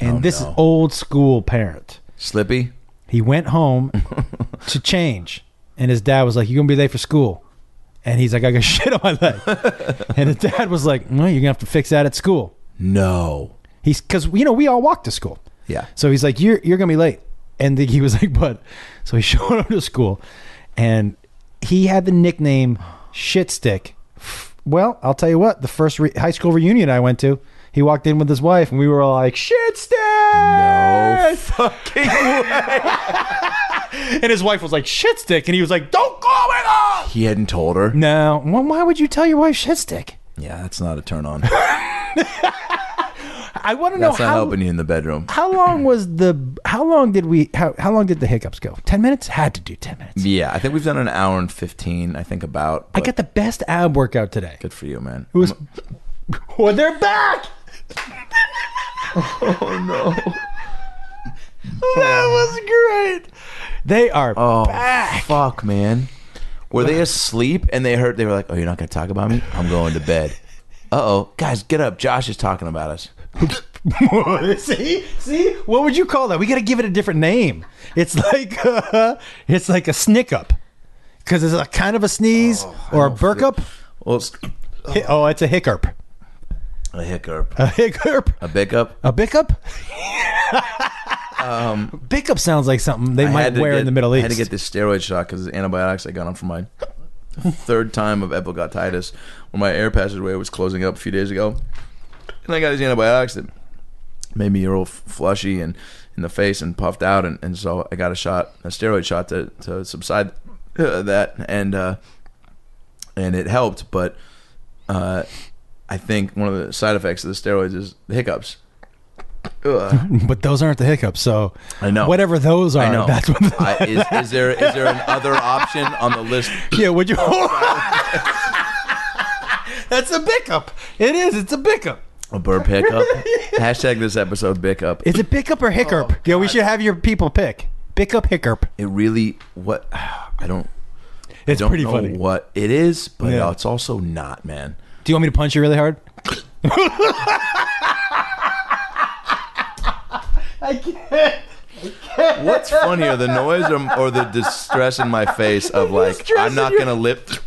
Speaker 2: And
Speaker 1: Oh,
Speaker 2: this
Speaker 1: no.
Speaker 2: is old school parent.
Speaker 1: Slippy.
Speaker 2: He went home to change, and his dad was like, "You're gonna be late for school," and he's like, "I got shit on my leg," and his dad was like, "No, you're gonna have to fix that at school."
Speaker 1: No.
Speaker 2: He's because you know we all walk to school.
Speaker 1: Yeah.
Speaker 2: So he's like, "You're you're gonna be late," and the, he was like, "But," so he showed up to school, and he had the nickname "Shit Stick." Well, I'll tell you what, the first re- high school reunion I went to, he walked in with his wife, and we were all like, "Shit Stick!"
Speaker 1: No fucking way.
Speaker 2: And his wife was like, "Shit Stick," and he was like, "Don't call me that."
Speaker 1: he hadn't told her.
Speaker 2: No, well, why would you tell your wife "Shit Stick"?
Speaker 1: Yeah, that's not a turn on.
Speaker 2: I want to know
Speaker 1: That's not
Speaker 2: how.
Speaker 1: helping you in the bedroom.
Speaker 2: How long was the? How long did we? How, how long did the hiccups go? Ten minutes? Had to do ten minutes.
Speaker 1: Yeah, I think we've done an hour and fifteen. I think about.
Speaker 2: I
Speaker 1: but
Speaker 2: got the best ab workout today.
Speaker 1: good for you, man.
Speaker 2: It was. Well, they're back. Oh, that was great. They are
Speaker 1: Oh,
Speaker 2: back.
Speaker 1: fuck, man. Were they asleep and they heard? They were like, "Oh, you're not gonna talk about me? I'm going to bed." Uh oh, guys, get up! Josh is talking about us.
Speaker 2: see, see, what would you call that? We got to give it a different name. It's like uh, it's like a snick up, because it's a kind of a sneeze
Speaker 1: Oh,
Speaker 2: or a burk up.
Speaker 1: Well, it's
Speaker 2: Hi- Oh, it's a hiccup.
Speaker 1: a hiccup,
Speaker 2: A hiccup.
Speaker 1: a pickup.
Speaker 2: A bickup. um, bickup sounds like something they
Speaker 1: I had
Speaker 2: might
Speaker 1: to
Speaker 2: wear in
Speaker 1: get-
Speaker 2: the Middle East.
Speaker 1: I had to get this steroid shot because antibiotics I got on for my third time of epiglottitis, where my air passageway was closing up a few days ago, and I got these antibiotics that made me real f- flushy and in the face and puffed out, and, and so I got a shot, a steroid shot to to subside uh, that, and uh, and it helped, but uh, I think one of the side effects of the steroids is the hiccups. Ugh.
Speaker 2: but those aren't the hiccups. So
Speaker 1: I know.
Speaker 2: whatever those are.
Speaker 1: I know.
Speaker 2: That's what.
Speaker 1: I, is, is there is there an other option on the list?
Speaker 2: yeah. Would you? that's a bickup. It is. It's a bickup.
Speaker 1: A bird pickup. Hashtag this episode pickup.
Speaker 2: Is it bickup or hiccup? yeah, we should have your people pick. Bickup, hiccup.
Speaker 1: It really what I don't.
Speaker 2: It's
Speaker 1: don't
Speaker 2: pretty
Speaker 1: know
Speaker 2: funny.
Speaker 1: what it is, but
Speaker 2: Yeah.
Speaker 1: uh, it's also not, man.
Speaker 2: Do you want me to punch you really hard?
Speaker 1: What's funnier, the noise or, or the distress in my face of like
Speaker 2: distress
Speaker 1: I'm
Speaker 2: in
Speaker 1: not
Speaker 2: your-
Speaker 1: gonna live.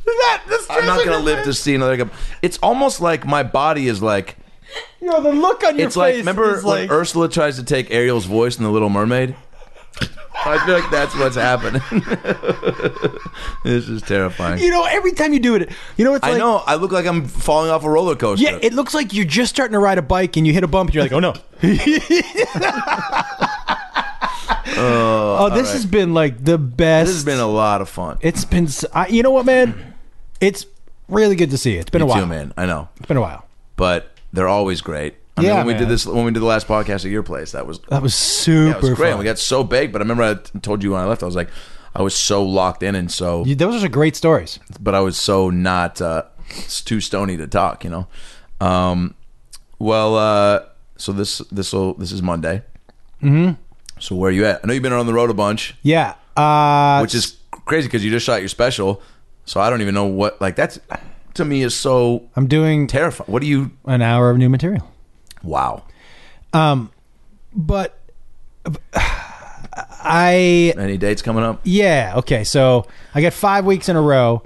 Speaker 1: I'm not gonna live to see another hiccup. It's almost like my body is like.
Speaker 2: You know, the look on your
Speaker 1: It's like
Speaker 2: face
Speaker 1: remember
Speaker 2: is
Speaker 1: when
Speaker 2: like
Speaker 1: Ursula tries to take Ariel's voice in The Little Mermaid. I feel like that's what's happening. this is terrifying.
Speaker 2: you know every time you do it. You know it's
Speaker 1: I
Speaker 2: like
Speaker 1: know. I look like I'm falling off a roller coaster.
Speaker 2: yeah, it looks like you're just starting to ride a bike and you hit a bump and you're like, oh no. oh, this has been like the best.
Speaker 1: this has been a lot of fun.
Speaker 2: it's been, s I you know what, man? It's really good to see you. It's been
Speaker 1: Me
Speaker 2: a while.
Speaker 1: too, man. I know,
Speaker 2: It's been a while.
Speaker 1: but they're always great. I
Speaker 2: Yeah,
Speaker 1: mean, when we
Speaker 2: man.
Speaker 1: did this, when we did the last podcast at your place, that was
Speaker 2: That was super
Speaker 1: that was great.
Speaker 2: fun.
Speaker 1: We got so big, but I remember I t- told you when I left, I was like, I was so locked in and so,
Speaker 2: You- those are great stories.
Speaker 1: but I was so not uh, s- too stony to talk, you know. Um, well, uh, so this this will this is Monday. Mm-hmm. So where are you at? I know you've been on the road a bunch.
Speaker 2: Yeah. Uh,
Speaker 1: which is crazy because you just shot your special. So I don't even know what like that's to me is so
Speaker 2: I'm doing
Speaker 1: terrifying. What do you?
Speaker 2: an hour of new material.
Speaker 1: Wow.
Speaker 2: But I
Speaker 1: Any dates coming up?
Speaker 2: yeah, okay. So I got 5 weeks in a row.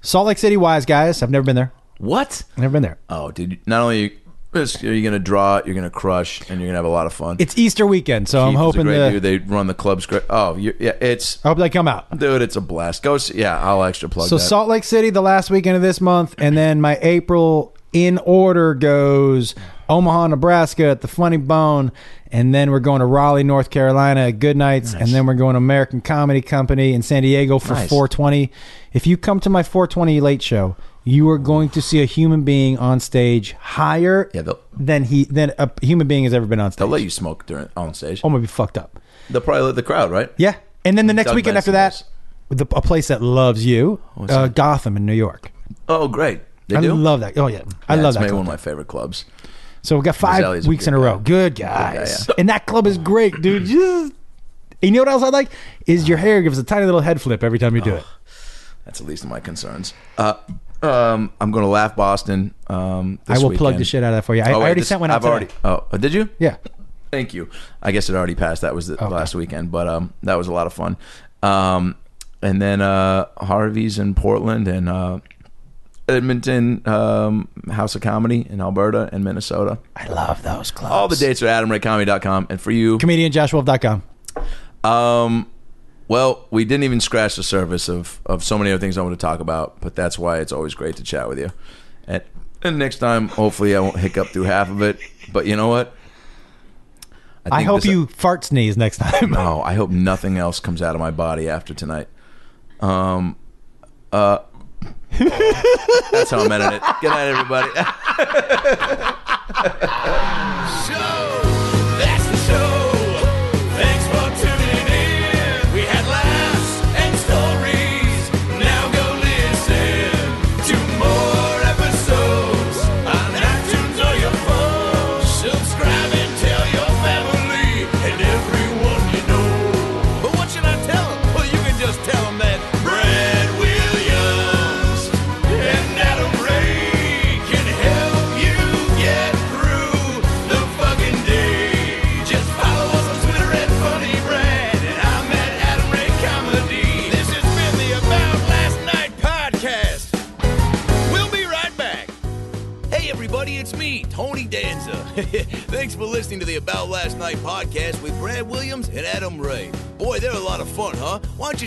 Speaker 2: Salt Lake City wise guys, I've never been there.
Speaker 1: What?
Speaker 2: Never been there.
Speaker 1: Oh, dude! you- Not only are you gonna draw, you're gonna crush, and you're gonna have a lot of fun.
Speaker 2: It's Easter weekend, so I'm
Speaker 1: Keith is a
Speaker 2: hoping
Speaker 1: great
Speaker 2: the,
Speaker 1: dude. they run the clubs great. Oh, you yeah, it's
Speaker 2: I hope they come out.
Speaker 1: dude, it's a blast. Go see, yeah, I'll extra plug.
Speaker 2: So
Speaker 1: that.
Speaker 2: Salt Lake City the last weekend of this month and then my April in order goes Omaha, Nebraska at the Funny Bone, and then we're going to Raleigh, North Carolina at Good Nights, and then we're going to American Comedy Company in San Diego for
Speaker 1: Nice.
Speaker 2: 420. If you come to my 420 late show, you are going to see a human being on stage higher
Speaker 1: Yeah, they'll-
Speaker 2: than he than a human being has ever been on stage. Oh,
Speaker 1: They'll let you smoke during on stage.
Speaker 2: I'm gonna be fucked up.
Speaker 1: They'll probably let the crowd, right?
Speaker 2: Yeah. And then the next
Speaker 1: Doug
Speaker 2: weekend after
Speaker 1: Benson
Speaker 2: that, the, a place that loves you, uh, Gotham in New York.
Speaker 1: Oh, great. They
Speaker 2: I
Speaker 1: do.
Speaker 2: love that. Oh yeah, I
Speaker 1: Yeah,
Speaker 2: love
Speaker 1: it's
Speaker 2: that.
Speaker 1: Maybe
Speaker 2: Club.
Speaker 1: one of my favorite clubs.
Speaker 2: So we got
Speaker 1: Roselli's
Speaker 2: five
Speaker 1: a
Speaker 2: weeks
Speaker 1: good
Speaker 2: in a row.
Speaker 1: guy.
Speaker 2: Good guys,
Speaker 1: yeah.
Speaker 2: and that club is great, dude. Just- you know what else I like is your hair gives a tiny little head flip every time you do it.
Speaker 1: That's at least of my concerns. Uh, um, I'm going to laugh Boston. Um,
Speaker 2: I
Speaker 1: this
Speaker 2: will plug
Speaker 1: weekend.
Speaker 2: the shit out of that for you. I,
Speaker 1: Oh,
Speaker 2: I
Speaker 1: wait,
Speaker 2: already
Speaker 1: this-
Speaker 2: sent one out.
Speaker 1: I've
Speaker 2: today.
Speaker 1: already. Oh, uh, did you?
Speaker 2: Yeah.
Speaker 1: Thank you. I guess it already passed. That was the last weekend, but um, that was a lot of fun. Um, and then uh, Harvey's in Portland and uh, Edmonton um, House of Comedy in Alberta and Minnesota.
Speaker 2: I love those clubs.
Speaker 1: All the dates are at adamraycomedy.com. And for you,
Speaker 2: ComedianJoshWolf.com.
Speaker 1: um, well, we didn't even scratch the surface of, of so many other things I want to talk about, but that's why it's always great to chat with you. And, and next time, hopefully, I won't hiccup through half of it. But you know what?
Speaker 2: I
Speaker 1: think
Speaker 2: hope
Speaker 1: this-
Speaker 2: you fart sneeze next time.
Speaker 1: Oh, I hope nothing else comes out of my body after tonight. Um, uh, that's how I'm ending it. Good night, everybody.
Speaker 6: show. That's the show. Thanks for tuning in. We had laughs and stories. Now go listen to more episodes on iTunes or your phone. Subscribe and tell your family and everyone you
Speaker 1: Thanks for listening to the About Last Night podcast with Brad Williams and Adam Ray. Boy, they're a lot of fun, huh? Why don't you